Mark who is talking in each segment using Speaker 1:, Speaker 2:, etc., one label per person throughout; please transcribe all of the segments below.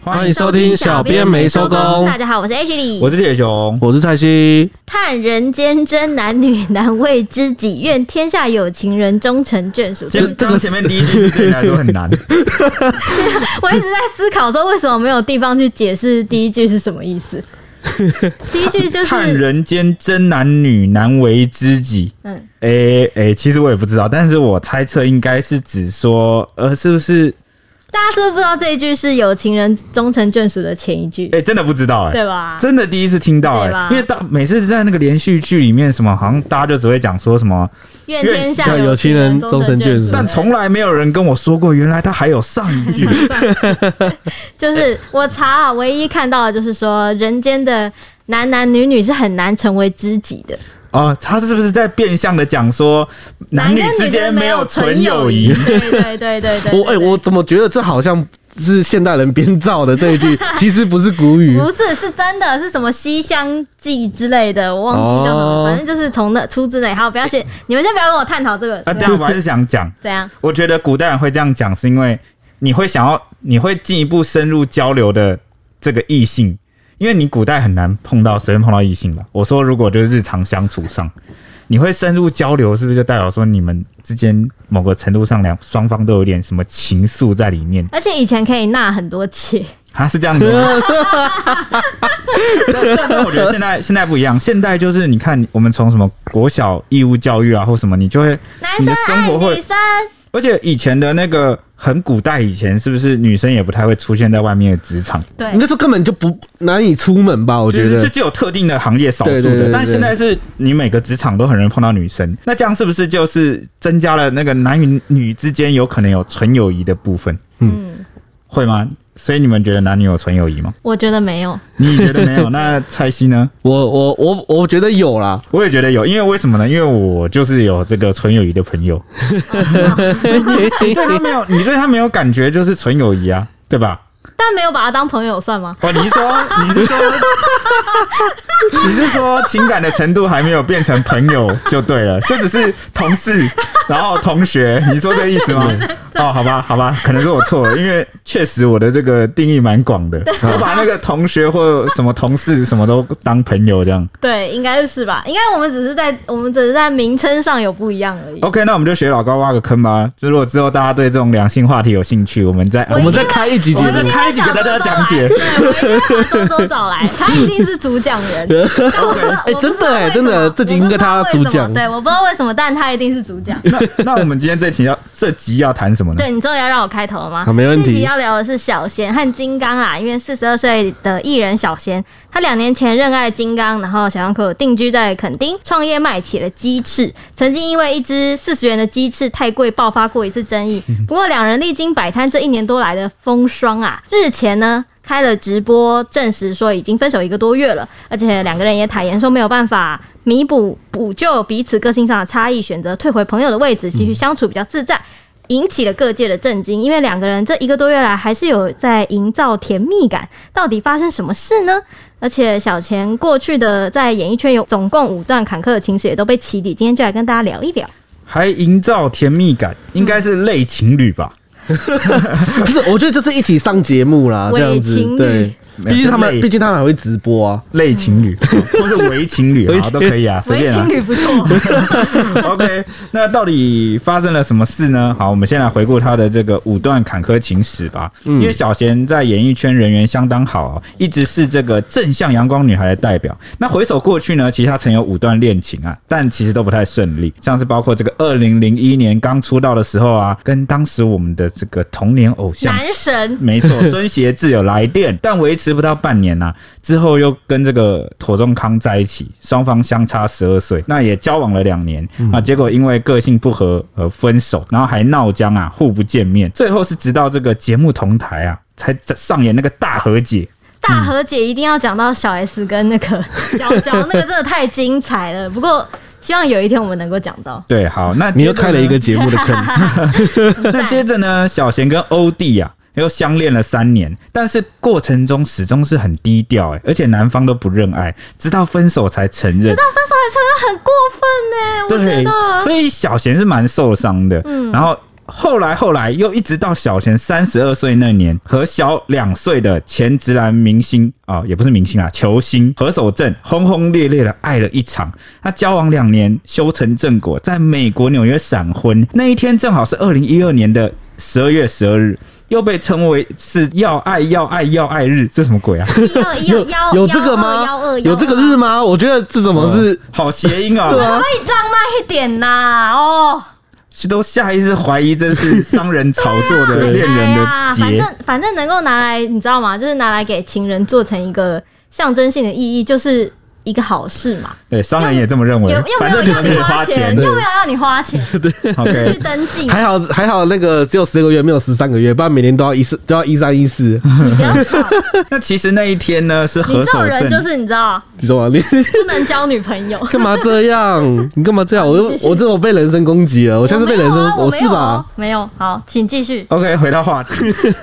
Speaker 1: 欢迎收听小编没收工
Speaker 2: 大家好，我是 H 李。
Speaker 3: 我是铁熊，
Speaker 1: 我是蔡西，
Speaker 2: 叹人间真男女难为知己，愿天下有情人终成眷属。
Speaker 3: 这
Speaker 1: 这
Speaker 3: 这个前面第一句对你来说很 难，
Speaker 2: 我一直在思考说，为什么没有地方去解释第一句是什么意 思？第一句就
Speaker 3: 看
Speaker 2: 是
Speaker 3: 人间真男女难为知己。
Speaker 2: 嗯，
Speaker 3: 诶、诶、其实我也不知道，但是我猜测应该是指说，呃，是不是？
Speaker 2: 大家是不是不知道这一句是有情人终成眷属的前一句
Speaker 1: 哎
Speaker 3: 诶、，真的不知道诶、
Speaker 2: 对吧？
Speaker 3: 真的第一次听到诶、
Speaker 2: 对吧
Speaker 3: 因为到每次在那个连续剧里面，什么好像大家就只会讲说什么，
Speaker 2: 愿天下
Speaker 1: 愿
Speaker 2: 有情
Speaker 1: 有情人
Speaker 2: 人
Speaker 1: 终
Speaker 2: 终成
Speaker 1: 成眷
Speaker 2: 眷
Speaker 1: 属
Speaker 2: 属。
Speaker 3: 但从来没有人跟我说过，原来他还有 上一句。
Speaker 2: 就是我查了，唯一看到的就是说，人间的男男女女是很难成为知己的。
Speaker 3: 哦，他是不是在变相的讲说，男女
Speaker 2: 跟
Speaker 3: 之间
Speaker 2: 没
Speaker 3: 没有纯友谊
Speaker 2: 谊？？对对对对 对。
Speaker 1: 我哎、
Speaker 2: 对
Speaker 1: 我怎么觉得这好像是现代人编造的这一 句，其实不是古语
Speaker 2: 不是是真的是什么《西厢记》之类的，我忘记叫什么，
Speaker 1: 哦
Speaker 2: 反正就是从那出自那里。好，不要写，你们先不要跟我探讨这个。
Speaker 3: 哎啊，但我还是想讲，
Speaker 2: 怎样？
Speaker 3: 我觉得古代人会这样讲，是因为你会想要，你会进一步深入交流的这个异性，因为你古代很难碰到，随便碰到异性吧。我说，如果就是日常相处上，你会深入交流，是不是就代表说你们之间某个程度上两双方都有点什么情愫在里面？
Speaker 2: 而且以前可以纳很多妾，
Speaker 3: 啊，是这样子吗？但但但我觉得现在现在不一样，现在就是你看，我们从什么国小义务教育啊，或什么，你就会
Speaker 2: 男
Speaker 3: 你
Speaker 2: 生
Speaker 3: 的生
Speaker 2: 爱
Speaker 3: 活会
Speaker 2: 女生，
Speaker 3: 而且以前的那个很古代，以前是不是女生也不太会出现在外面的职场？
Speaker 2: 对
Speaker 1: 应，该说根本就不难以出门吧？我
Speaker 3: 就
Speaker 1: 觉
Speaker 3: 是就
Speaker 1: 得
Speaker 3: 只有特定的行业少数的，
Speaker 1: 对对对对
Speaker 3: 但现在是你每个职场都很容易碰到女生，那这样是不是就是增加了那个男与女之间有可能有纯友谊的部分？
Speaker 2: 嗯，
Speaker 3: 会吗？所以你们觉得男女有纯友 谊吗？
Speaker 2: 我觉得没有，
Speaker 3: 你觉得没有？那蔡西呢？
Speaker 1: 我我我我觉得有啦，
Speaker 3: 我也觉得有，因为为什么呢？因为我就是有这个纯友谊的朋友， 你对他没有，你对他没有感觉就是纯友谊啊，对吧？
Speaker 2: 但没有把他当朋友算吗？
Speaker 3: 哦，你是 说你是说你是说情感的程度还没有变成朋友就对了，就只是同事，然后同学，你说这个意思 吗？哦，好吧，好吧，可能是我错了，因为确实我的这个定义蛮广的，我把那个同学或什么同事什么都当朋友这样。
Speaker 2: 对，应该是吧？应该我们只是在我们只是在名称上有不一样而已。
Speaker 3: OK，那我们就学老高挖个坑吧。就如果之后大家对这种两性话题有兴趣，我们再
Speaker 1: 我
Speaker 3: 我
Speaker 1: 们
Speaker 3: 们
Speaker 1: 再开一集节
Speaker 2: 我
Speaker 3: 我
Speaker 2: 一
Speaker 3: 们
Speaker 1: 目
Speaker 2: 定
Speaker 3: 再。开一集给大家讲解
Speaker 2: 对，我一定要把周周找来，他一定是主讲 人。但我不知道
Speaker 1: 哎真的哎真的
Speaker 2: 我不知道
Speaker 1: 这集应该他主讲
Speaker 2: 为什么对，我不知道为什么，但他一定是主讲。
Speaker 3: 那那我们今天这题要这集要谈什么呢？
Speaker 2: 对你终于要让我开头了吗？
Speaker 1: 好没问题
Speaker 2: 这集要聊的是小贤和金刚啊，因为四十二岁的艺人小贤，他两年前热爱金刚，然后小杨口定居在垦丁，创业卖起了鸡翅。曾经因为一只四十元的鸡翅太贵，爆发过一次争 议。不过两人历经摆摊这一年多来的风霜啊，日前呢。开了直播，证实说已经分手一个多月了，而且两个人也坦言说没有办法弥补补救彼此个性上的差异，选择退回朋友的位置，继续相处比较自在。引起了各界的震惊，因为两个人这一个多月来还是有在营造甜蜜感，到底发生什么事呢？而且小钱过去的在演艺圈有总共五段坎坷的情史也都被起底，今天就来跟大家聊一聊。
Speaker 3: 还营造甜蜜感，
Speaker 2: 嗯
Speaker 3: 应该是类情侣吧？
Speaker 1: 不是，我觉得这是一起上节目啦，
Speaker 2: 伪
Speaker 1: 这样子
Speaker 2: 情侣
Speaker 1: 对。
Speaker 3: 没有
Speaker 1: 毕竟他们，
Speaker 3: 类
Speaker 1: 毕竟他们还会直播啊。
Speaker 3: 类情侣， 或是伪情 侣
Speaker 1: 伪
Speaker 3: 啊，
Speaker 1: 情
Speaker 3: 都可以啊，随
Speaker 2: 为
Speaker 3: 便
Speaker 2: 嗯情
Speaker 3: 啊。
Speaker 2: 侣不错，
Speaker 3: OK，那到底发生了什么事呢？好，我们先来回顾他的这个五段坎坷情史吧。
Speaker 2: 嗯
Speaker 3: 因为小贤在演艺圈人缘相当好啊、一直是这个正向阳光女孩的代表。那回首过去呢，其实她曾有五段恋情啊，但其实都不太顺利，像是包括这个二零零一年刚出道的时候啊，跟当时我们的这个童年偶像
Speaker 2: 男神
Speaker 3: 没 错，孙协志有来电，但维持不到半年呐、啊之后又跟这个妥仲康在一起，双方相差十二岁，那也交往了两年、
Speaker 1: 嗯
Speaker 3: 啊，结果因为个性不合而分手，然后还闹僵啊，互不见面，最后是直到这个节目同台啊，才上演那个大和解。
Speaker 2: 大和解一定要讲到小 S 跟那个娇娇，那个真的太精彩了。不过希望有一天我们能够讲到。
Speaker 3: 对，好，那
Speaker 1: 你
Speaker 3: 接
Speaker 1: 又
Speaker 3: 着
Speaker 1: 开了
Speaker 3: 呢
Speaker 1: 一个节目的 坑，
Speaker 3: 那接着呢，小贤跟欧弟啊。又相恋了三年，但是过程中始终是很低调哎、而且男方都不认爱，直到分手才承认。
Speaker 2: 分手还真的很过分呢、我觉
Speaker 3: 对，
Speaker 2: 得。嗯
Speaker 3: 所以小贤是蛮受伤的。然后后来后来又一直到小贤三十二岁那年，和小两岁的前直男明星啊、也不是明星啊，球星何守正轰轰烈烈的爱了一场。他交往两年，修成正果，在美国纽约闪婚。那一天正好是二零一二年的十二月十二日。又被称为是要爱要爱要爱日，这什么鬼啊？
Speaker 2: 一二一二
Speaker 1: 有
Speaker 2: 幺
Speaker 1: 有这个
Speaker 2: 幺
Speaker 1: 吗
Speaker 2: 二？
Speaker 1: 有这个日吗？我觉得这怎么是？
Speaker 3: 好谐音啊！
Speaker 1: 对啊
Speaker 2: 可不可以浪漫一点呐、哦，
Speaker 3: 都下意识怀疑这是商人炒作 的恋人的
Speaker 2: 哎呀反
Speaker 3: 结。
Speaker 2: 正反正能够拿来，你知道吗？就是拿来给情人做成一个象征性的意义，就是一个好事嘛。
Speaker 3: 对，哎商人也这么认
Speaker 2: 有
Speaker 3: 为
Speaker 2: 又。没
Speaker 3: 反
Speaker 2: 有
Speaker 3: 正你
Speaker 2: 要
Speaker 3: 们可
Speaker 2: 你
Speaker 3: 以花
Speaker 2: 钱，
Speaker 3: 钱
Speaker 1: 对
Speaker 2: 又没有要你花钱去
Speaker 3: ，OK，
Speaker 2: 登记，
Speaker 1: 还好还好，那个只有十个月，没有十三个月，不然每年都要一四都要一三一四。
Speaker 2: 你不要 吵。
Speaker 3: 那其实那一天呢是
Speaker 2: 你
Speaker 3: 何
Speaker 2: 这
Speaker 3: 守
Speaker 2: 种人就
Speaker 3: 正，
Speaker 2: 是你知道，
Speaker 1: 你知道吗？你
Speaker 2: 不能交女朋友。
Speaker 1: 干嘛这样？你干嘛这样？我又
Speaker 2: 继续
Speaker 1: 我这种被人身攻击了，我
Speaker 2: 我
Speaker 1: 像是被
Speaker 2: 没
Speaker 1: 人
Speaker 2: 有
Speaker 1: 身，
Speaker 2: 啊我没
Speaker 1: 是
Speaker 2: 有
Speaker 1: 吧
Speaker 2: 哦？？没有，好，请继续。
Speaker 3: OK，回到 话题，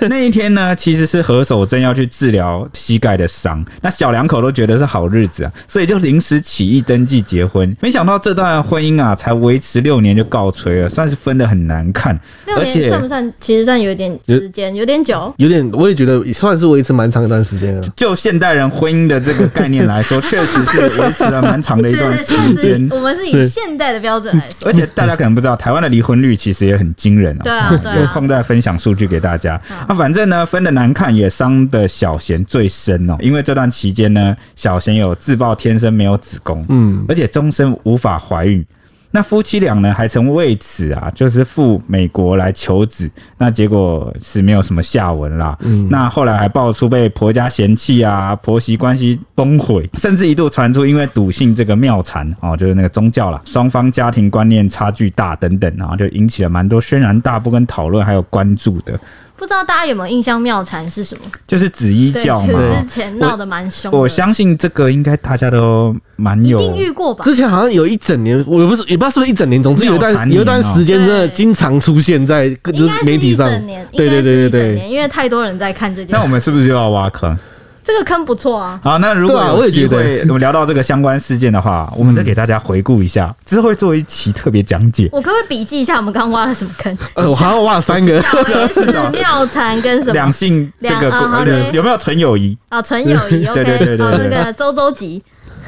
Speaker 3: 那一天呢，其实是何守正要去治疗膝盖的伤，那小两口都觉得是好日子啊，所以就临时起意登记结婚。没想到这段婚姻啊，才维持六年就告吹了，算是分的很难看。
Speaker 2: 六
Speaker 3: 而
Speaker 2: 年
Speaker 3: 且
Speaker 2: 算不算？其实算有点时间，有点久。
Speaker 1: 有点，我也觉得算是维持蛮长一段时间了。
Speaker 3: 就现代人婚姻的这个概念来 说，确实是维持了蛮长的一
Speaker 2: 对
Speaker 3: 段
Speaker 2: 对，
Speaker 3: 时
Speaker 2: 确
Speaker 3: 间
Speaker 2: 实，。我们是以
Speaker 1: 对
Speaker 2: 现代的标准来说
Speaker 3: 而。且大家可能不知道，台湾的离婚率其实也很惊人哦。
Speaker 2: 对啊，对
Speaker 3: 有
Speaker 2: 啊。
Speaker 3: 空再分享数据给大家。
Speaker 2: 好
Speaker 3: 那、反正呢，分的难看也伤的小贤最深哦，因为这段期间呢，小贤有自曝天生没有子宫，
Speaker 1: 嗯，
Speaker 3: 而且终身无法怀孕。那夫妻俩呢，还曾为此啊，就是赴美国来求子，那结果是没有什么下文啦。
Speaker 2: 嗯
Speaker 3: 那后来还爆出被婆家嫌弃啊，婆媳关系崩毁，甚至一度传出因为笃信这个庙禅哦，就是那个宗教啦，双方家庭观念差距大等等啊，就引起了蛮多轩然大波跟讨论还有关注的，
Speaker 2: 不知道大家有没有印象妙禅是什么？
Speaker 3: 就是紫衣
Speaker 2: 对，
Speaker 3: 教
Speaker 2: 其
Speaker 3: 嘛。
Speaker 2: 实
Speaker 3: 哦
Speaker 2: 之前闹得蛮凶的。
Speaker 3: 我相信这个应该大家都蛮
Speaker 2: 一
Speaker 3: 有
Speaker 2: 定遇过吧？
Speaker 1: 之前好像有一整年，我也不是也不知道是不是一整年，总之有一
Speaker 3: 妙
Speaker 1: 段
Speaker 3: 产年
Speaker 1: 有一段时间真的
Speaker 2: 哦
Speaker 1: 经常出现在各就
Speaker 2: 应
Speaker 1: 是
Speaker 2: 该
Speaker 1: 媒
Speaker 2: 是
Speaker 1: 体
Speaker 2: 一
Speaker 1: 上
Speaker 2: 整年，，
Speaker 1: 对对对对
Speaker 2: 应该是一整
Speaker 1: 对。
Speaker 2: 年，因为太多人在看这件
Speaker 3: 那我
Speaker 2: 事。
Speaker 3: 们是不是就要挖坑？
Speaker 2: 这个坑不 错啊，
Speaker 3: 好，那如果
Speaker 1: 对啊
Speaker 3: 有
Speaker 1: 我也
Speaker 3: 机
Speaker 1: 觉得
Speaker 3: 会我们聊到这个相关事件的话，我们再给大家回顾一
Speaker 1: 嗯
Speaker 3: 下，之后会做一期特别讲解。
Speaker 2: 我可不可以笔记一下我们刚挖了什么坑？
Speaker 1: 呃，我还要挖三 个，
Speaker 2: 小 S 妙禅跟什
Speaker 3: 两
Speaker 2: 么
Speaker 3: 性这个
Speaker 2: 两啊
Speaker 3: 呃
Speaker 2: 好嘞
Speaker 3: 有没有纯友谊？
Speaker 2: 啊？纯友谊
Speaker 3: 对对对对
Speaker 2: ，OK，
Speaker 3: 对
Speaker 2: 好那
Speaker 3: 对
Speaker 2: 个周周吉。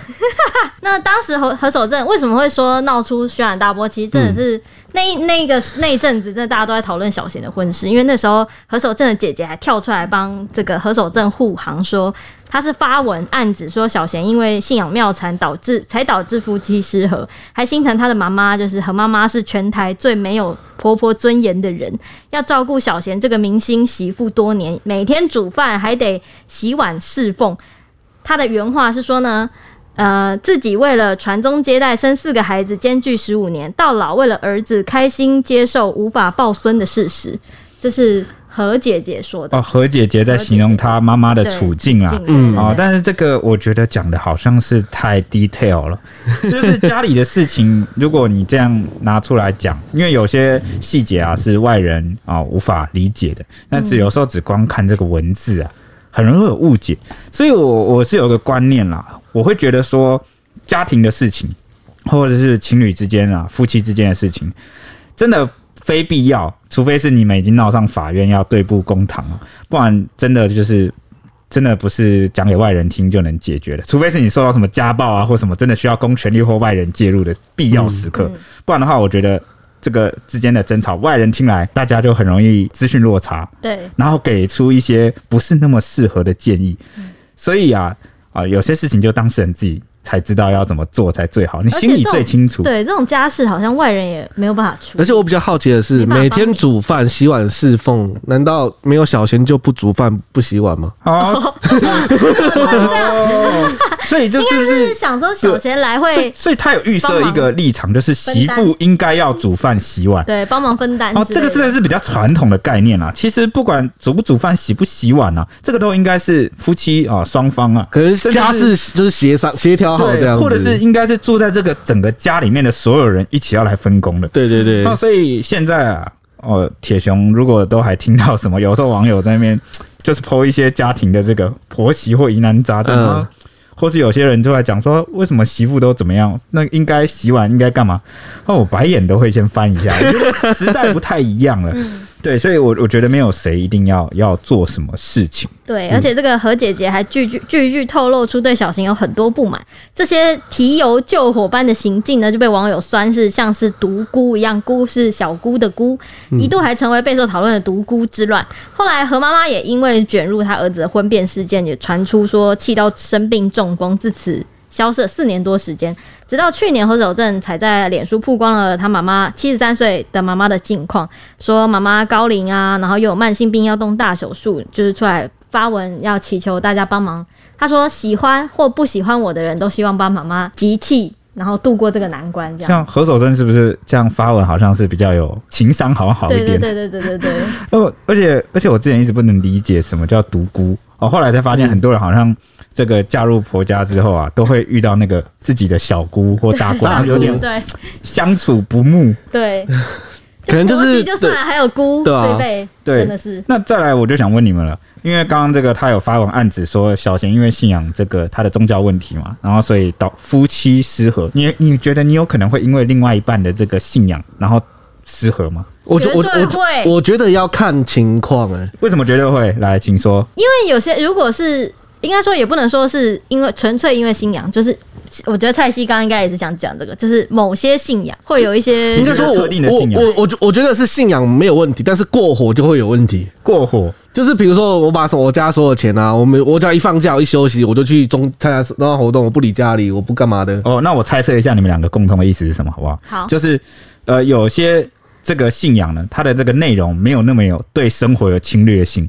Speaker 2: 那当时何何守正为什么会说闹出轩然大波？其实真
Speaker 3: 嗯
Speaker 2: 的是那一那个那一阵子，真的大家都在讨论小贤的婚事，因为那时候何守正的姐姐还跳出来帮这个何守正护航说他是发文暗指说小贤因为信仰妙禅导致才导致夫妻失和，还心疼他的妈妈，就是何妈妈是全台最没有婆婆尊严的人，要照顾小贤这个明星媳妇多年，每天煮饭还得洗碗侍奉。他的原话是说呢。呃，自己为了传宗接代生四个孩子，兼具十五年，到老为了儿子开心接受无法抱孙的事实，这是何姐姐说的。
Speaker 3: 哦，何姐姐在形容她妈妈的处境啊。
Speaker 2: 嗯
Speaker 3: 哦，但是这个我觉得讲的好像是太 detail 了，就是家里的事情，如果你这样拿出来讲，因为有些细节啊是外人啊、无法理解的，那只有时候只光看这个文字啊，很容易有误解。所以我我是有个观念啦，我会觉得说家庭的事情，或者是情侣之间啊、夫妻之间的事情，真的非必要，除非是你们已经闹上法院要对簿公堂了，不然真的就是。真的不是讲给外人听就能解决的，除非是你受到什么家暴啊，或什么真的需要公权力或外人介入的必要时刻，
Speaker 2: 嗯嗯
Speaker 3: 不然的话，我觉得这个之间的争吵，外人听来大家就很容易资讯落差，
Speaker 2: 对，
Speaker 3: 然后给出一些不是那么适合的建议。
Speaker 2: 嗯
Speaker 3: 所以啊啊、有些事情就当事人自己才知道要怎么做才最好，你
Speaker 2: 而且
Speaker 3: 心里
Speaker 2: 这种
Speaker 3: 最清楚。
Speaker 2: 对，这种家事好像外人也没有办法处
Speaker 1: 而
Speaker 2: 理。
Speaker 1: 且我比较好奇的是，
Speaker 2: 没办法
Speaker 1: 每天煮饭、洗碗、侍奉，难道没有小贤就不煮饭、不洗碗吗？
Speaker 3: 好，哦所以就
Speaker 2: 应
Speaker 3: 是
Speaker 2: 该
Speaker 3: 不
Speaker 2: 是
Speaker 3: 是？
Speaker 2: 想说小贤来
Speaker 3: 所以
Speaker 2: 会
Speaker 3: 所以他有预设一个立场，就是媳妇应该要煮饭洗碗。
Speaker 2: 对帮忙分担
Speaker 3: 哦，
Speaker 2: 之
Speaker 3: 这个
Speaker 2: 类
Speaker 3: 真的
Speaker 2: 的
Speaker 3: 是比较传统的概念啦、其实不管煮不煮饭、洗不洗碗啊，这个都应该是夫妻啊双方啊，
Speaker 1: 可能
Speaker 3: 甚至是
Speaker 1: 家事就是协商协调好这
Speaker 3: 对，
Speaker 1: 样子，
Speaker 3: 或者是应该是住在这个整个家里面的所有人一起要来分工的。
Speaker 1: 对对对
Speaker 2: 哦
Speaker 3: 那、，所以现在啊，哦，铁熊如果都还听到什么，有时候网友在那边就是剖一些家庭的这个婆媳或疑难杂症啊，
Speaker 1: 嗯
Speaker 3: 或是有些人就来讲说，为什么媳妇都怎么样？那应该洗碗应该干嘛？哦，我白眼都会先翻一下。我觉得 时代不太一样了，
Speaker 2: 嗯
Speaker 3: 对，所以我我觉得没有谁一定要要做什么事情。
Speaker 2: 对，而且这个何姐姐还句句句句透露出对小型有很多不满，这些提油救火般的行径呢，就被网友酸是像是独孤一样，孤是小姑的孤，一度还成为备受讨论的独孤之乱。后来何妈妈也因为卷入她儿子的婚变事件，也传出说气到生病中风，自此消失了四年多时间。直到去年，何守正才在脸书曝光了他妈妈七十三岁的妈妈的近况，说妈妈高龄啊，然后又有慢性病要动大手术，就是出来发文要祈求大家帮忙。他说喜欢或不喜欢我的人都希望帮妈妈集气，然后度过这个难关，这样。
Speaker 3: 像何守贞是不是这样发文，好像是比较有情商，好像好一
Speaker 2: 对对
Speaker 3: 点。
Speaker 2: 对对对对对，
Speaker 3: 哦，而且而且我之前一直不能理解什么叫独孤哦，后来才发
Speaker 2: 嗯
Speaker 3: 现很多人好像这个嫁入婆家之后啊，都会遇到那个自己的小姑或 大姑，
Speaker 1: 大姑
Speaker 3: 有点
Speaker 2: 对
Speaker 3: 相处不睦。
Speaker 2: 对，
Speaker 1: 可能就是
Speaker 2: 婆媳就算了，还有姑
Speaker 1: 对啊
Speaker 2: 这一辈，
Speaker 3: 对
Speaker 2: 真的是
Speaker 3: 那再来，我就想问你们了，因为刚刚这个他有发文案子说，小贤因为信仰这个他的宗教问题嘛，然后所以导夫妻失和。你你觉得你有可能会因为另外一半的这个信仰，然后失和吗？
Speaker 1: 我觉我
Speaker 2: 绝对会
Speaker 1: 我我觉得要看情况哎、
Speaker 3: 为什么绝对会？来，请说。
Speaker 2: 因为有些如果是应该说也不能说是因为纯粹因为信仰，就是我觉得蔡西刚刚应该也是想讲这个，就是某些信仰会有一些
Speaker 1: 应该说我
Speaker 3: 特定的
Speaker 1: 我
Speaker 3: 信仰
Speaker 1: 我我觉我觉得是信仰没有问题，但是过火就会有问题。
Speaker 3: 过火，
Speaker 1: 就是比如说，我把我家所有钱啊，我们我只要一放假，我一休息，我就去中参加宗教活动，我不理家里，我不干嘛的。
Speaker 3: 哦，那我猜测一下你们两个共同的意思是什么，好不好？
Speaker 2: 好
Speaker 3: 就是呃，有些这个信仰呢，它的这个内容没有那么有对生活有侵略性。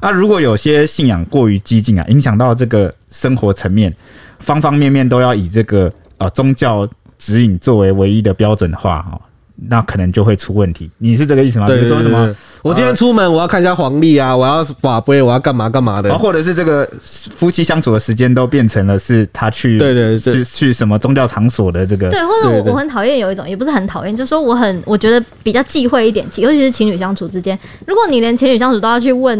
Speaker 3: 啊，如果有些信仰过于激进啊，影响到这个生活层面，方方面面都要以这个呃宗教指引作为唯一的标准的话，哦，那可能就会出问题。啊你是这个意思吗？
Speaker 1: 对，
Speaker 3: 比如说什
Speaker 1: 对
Speaker 3: 么
Speaker 1: 对对，我今天出门我要看一下黄历啊，我要把杯，我要干嘛干嘛的
Speaker 3: 然后。或者是这个呃夫妻相处的时间都变成了是他去
Speaker 1: 对对对
Speaker 3: 去去什么宗教场所的这个
Speaker 2: 对，或者
Speaker 1: 对
Speaker 2: 我
Speaker 1: 对
Speaker 2: 我很讨厌有一种，也不是很讨厌，就是说我很我觉得比较忌讳一点，尤其是情侣相处之间，如果你连情侣相处都要去问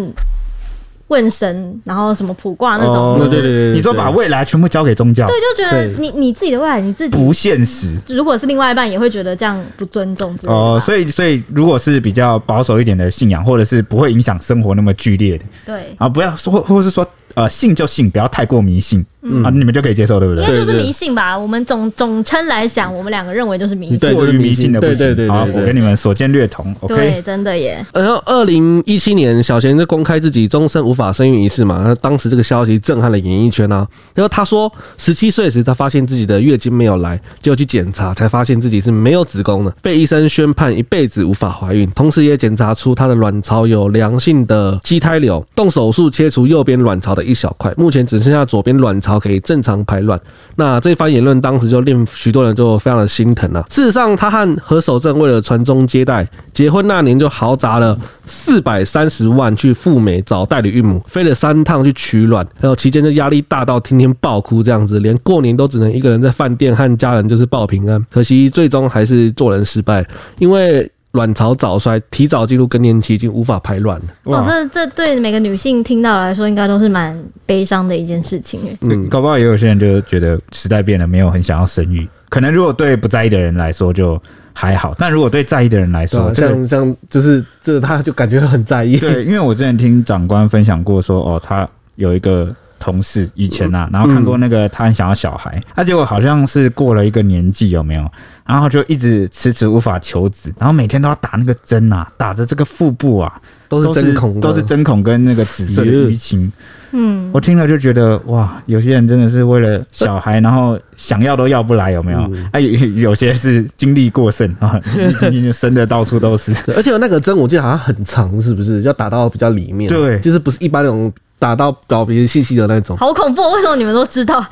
Speaker 2: 问神，然后什么卜卦那种，
Speaker 3: 哦
Speaker 1: 对对对对对
Speaker 3: 你说把未来全部交给宗教，
Speaker 2: 对，就觉得
Speaker 1: 对
Speaker 2: 你你自己的未来你自己，
Speaker 3: 不现实。
Speaker 2: 如果是另外一半，也会觉得这样不尊重之类的吧。
Speaker 3: 哦，所以所以如果是比较保守一点的信仰，或者是不会影响生活那么剧烈的，
Speaker 2: 对。
Speaker 3: 啊，不要说，或或是说，呃，信就信，不要太过迷信、
Speaker 1: 嗯
Speaker 3: 啊，你们就可以接受，对不
Speaker 2: 应
Speaker 3: 对？
Speaker 2: 该就是
Speaker 1: 对对
Speaker 2: 迷信吧，我们总总称来想，我们两个认为就是迷信。
Speaker 1: 对
Speaker 3: 过于迷信的不行。
Speaker 1: 对对对对
Speaker 3: 好，
Speaker 1: 对
Speaker 3: 我跟你们所见略同。
Speaker 2: 对，
Speaker 3: OK，
Speaker 2: 真的耶，
Speaker 1: 然后，呃二零一七年，小贤就公开自己终身无法生育一事嘛，那当时这个消息震撼了演艺圈啊。然后他说，十七岁时他发现自己的月经没有来，就去检查，才发现自己是没有子宫的，被医生宣判一辈子无法怀孕，同时也检查出他的卵巢有良性的畸胎瘤，动手术切除右边卵巢的一小块，目前只剩下左边卵巢可以正常排卵。那这番言论当时就令许多人就非常的心疼啊。事实上，他和何守正为了传宗接代，结婚那年就豪砸了四百三十万去赴美找代理孕母，飞了三趟去取卵，还有期间就压力大到天天爆哭这样子，连过年都只能一个人在饭店和家人就是报平安。可惜最终还是做人失败，因为。卵巢早衰，提早进入更年期，已经无法排卵了。
Speaker 2: 哦，这这对每个女性听到来说，应该都是蛮悲伤的一件事情耶。
Speaker 3: 嗯，搞不好也有些人就觉得时代变了，没有很想要生育。可能如果对不在意的人来说就还好，但如果对在意的人来
Speaker 1: 对
Speaker 3: 说，
Speaker 1: 啊，
Speaker 3: 这个
Speaker 1: 像像就是这，他就感觉很在意。
Speaker 3: 对，因为我之前听长官分享过说，哦，他有一个同事以前
Speaker 1: 嗯
Speaker 3: 啊，然后看过那个他很想要小孩，他、结果好像是过了一个年纪有没有，然后就一直迟迟无法求子，然后每天都要打那个针啊，打着这个腹部啊，
Speaker 1: 都是针孔的
Speaker 3: 都是针孔跟那个紫色的淤青。
Speaker 2: 嗯，
Speaker 3: 我听了就觉得哇，有些人真的是为了小孩，然后想要都要不来，有没有？
Speaker 1: 嗯
Speaker 3: 哎、有有些是精力过剩 啊，一今天就生的到处都是。
Speaker 1: 对，而且那个针我记得好像很长，是不是？要打到比较里面，
Speaker 3: 对
Speaker 1: 就是不是一般那种打到表皮细细的那种。
Speaker 2: 好恐怖，为什么你们都知道？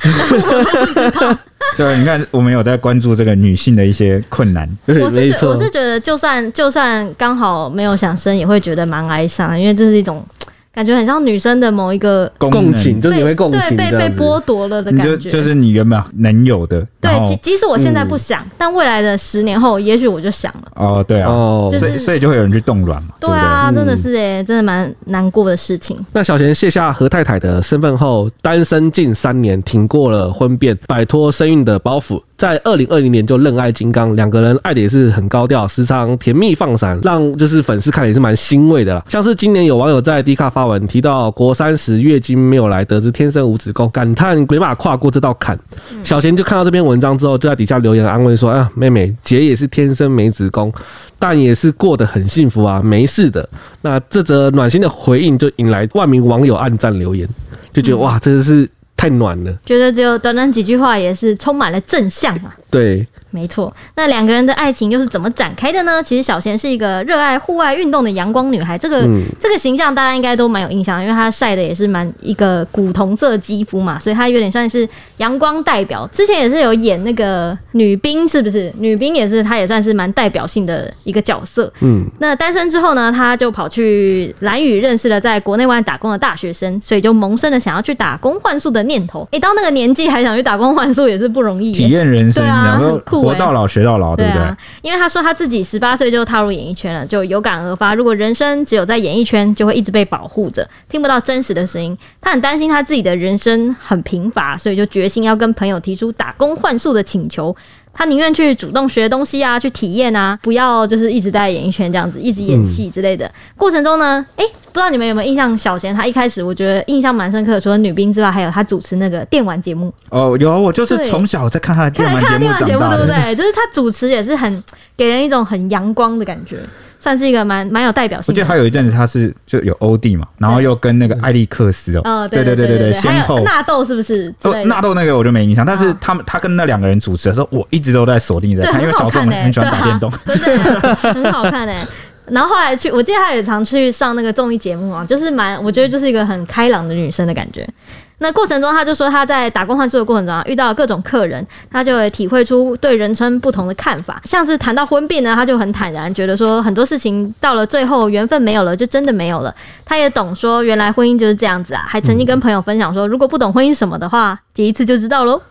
Speaker 3: 对，你看，我们有在关注这个女性的一些困难。
Speaker 1: 对，
Speaker 2: 我是
Speaker 1: 没
Speaker 2: 觉
Speaker 1: 错
Speaker 2: 我，是觉得，就算就算刚好没有想生，也会觉得蛮哀伤，因为这是一种感觉很像女生的某一个
Speaker 3: 功能
Speaker 1: 共情，就是你
Speaker 2: 嗯被
Speaker 1: 会共情
Speaker 2: 对被
Speaker 1: 这
Speaker 2: 被
Speaker 1: 样子。
Speaker 2: 剥夺了的
Speaker 3: 你
Speaker 2: 感
Speaker 3: 就
Speaker 2: 觉。
Speaker 3: 就是你原本能有的，然
Speaker 2: 对，
Speaker 3: 后
Speaker 2: 即即使我现
Speaker 1: 嗯
Speaker 2: 在不想，但未来的十年后，也许我就想了。
Speaker 3: 哦，对啊，
Speaker 1: 哦
Speaker 2: 就，是
Speaker 3: 所以所以就会有人去冻卵嘛，
Speaker 2: 对啊
Speaker 1: 嗯
Speaker 2: 啊，真的是哎、真的蛮难过的事情。
Speaker 1: 那小贤卸下何太太的身份后，单身近三年，挺过了婚变，摆脱身孕的包袱，在二零二零年就认爱金刚，两个人爱的也是很高调，时常甜蜜放闪，让就是粉丝看了也是蛮欣慰的啦。像是今年有网友在 D 卡发文提到，国三时月经没有来，得知天生无子宫，感叹没办法跨过这道坎。小贤就看到这篇文章之后，就在底下留言安慰说：“啊，妹妹，姐也是天生没子宫，但也是过得很幸福啊，没事的。”那这则暖心的回应就引来万名网友暗赞留言，就
Speaker 2: 嗯
Speaker 1: 觉得哇，真的是太暖了。
Speaker 2: 觉得只有短短几句话也是充满了正向啊。
Speaker 1: 对，
Speaker 2: 没错，那两个人的爱情又是怎么展开的呢？其实小贤是一个热爱户外运动的阳光女孩，这个、
Speaker 1: 嗯
Speaker 2: 这个形象大家应该都蛮有印象，因为她晒的也是蛮一个古铜色肌肤嘛，所以她有点算是阳光代表。之前也是有演那个女兵，是不是？女兵也是，她也算是蛮代表性的一个角色。
Speaker 1: 嗯，
Speaker 2: 那单身之后呢，她就跑去蓝屿认识了在国内外打工的大学生，所以就萌生了想要去打工换宿的念头。诶、到那个年纪还想去打工换宿也是不容易耶、
Speaker 3: 体验人生，
Speaker 2: 对啊
Speaker 3: 然后
Speaker 2: 很酷欸
Speaker 3: 活到老学到老，对不对
Speaker 2: 啊？，因为他说他自己十八岁就踏入演艺圈了，就有感而发。如果人生只有在演艺圈，就会一直被保护着，听不到真实的声音。他很担心他自己的人生很贫乏，所以就决心要跟朋友提出打工换宿的请求。他宁愿去主动学东西啊，去体验啊，不要就是一直待在演艺圈这样子，一直演戏之
Speaker 3: 嗯
Speaker 2: 类的。过程中呢，诶、不知道你们有没有印象？小贤他一开始我觉得印象蛮深刻的，除了女兵之外，还有他主持那个电玩节目。
Speaker 3: 哦，有，我就是
Speaker 2: 对
Speaker 3: 从小在看他的电
Speaker 2: 看
Speaker 3: 玩
Speaker 2: 看他
Speaker 3: 节
Speaker 2: 电
Speaker 3: 目长
Speaker 2: 玩节目，
Speaker 3: 大
Speaker 2: 对不
Speaker 3: 的。
Speaker 2: 对？就是他主持也是很给人一种很阳光的感觉，算是一个蛮蛮有代表
Speaker 3: 我
Speaker 2: 性
Speaker 3: 记得
Speaker 2: 的。
Speaker 3: 还有一阵子他是就有欧弟嘛，然后又跟那个艾利克斯哦
Speaker 2: 呃，，
Speaker 3: 对
Speaker 2: 对
Speaker 3: 对
Speaker 2: 对
Speaker 3: 对
Speaker 2: 对，
Speaker 3: 先
Speaker 2: 还
Speaker 3: 后
Speaker 2: 有纳豆是不是之
Speaker 3: 哦
Speaker 2: 类，的？
Speaker 3: 纳豆那个我就没印象，但是
Speaker 2: 啊
Speaker 3: 他们他跟那两个人主持的时候，我一直都在锁定着
Speaker 2: 对，
Speaker 3: 看，因为
Speaker 2: 很
Speaker 3: 小
Speaker 2: 好
Speaker 3: 时候我
Speaker 2: 看
Speaker 3: 们
Speaker 2: 欸
Speaker 3: 很喜欢打
Speaker 2: 对啊
Speaker 3: 电动。
Speaker 2: 真的很好看哎、然后后来去，我记得她也常去上那个综艺节目啊，就是蛮，我觉得就是一个很开朗的女生的感觉。那过程中，她就说她在打工换宿的过程中啊，遇到各种客人，她就会体会出对人生不同的看法。像是谈到婚变啊呢，她就很坦然，觉得说嗯很多事情到了最后缘分没有了，就真的没有了。她也懂说原来婚姻就是这样子啊，还曾经跟朋友分享说，如果不懂婚姻是什么的话，结一次就知道喽。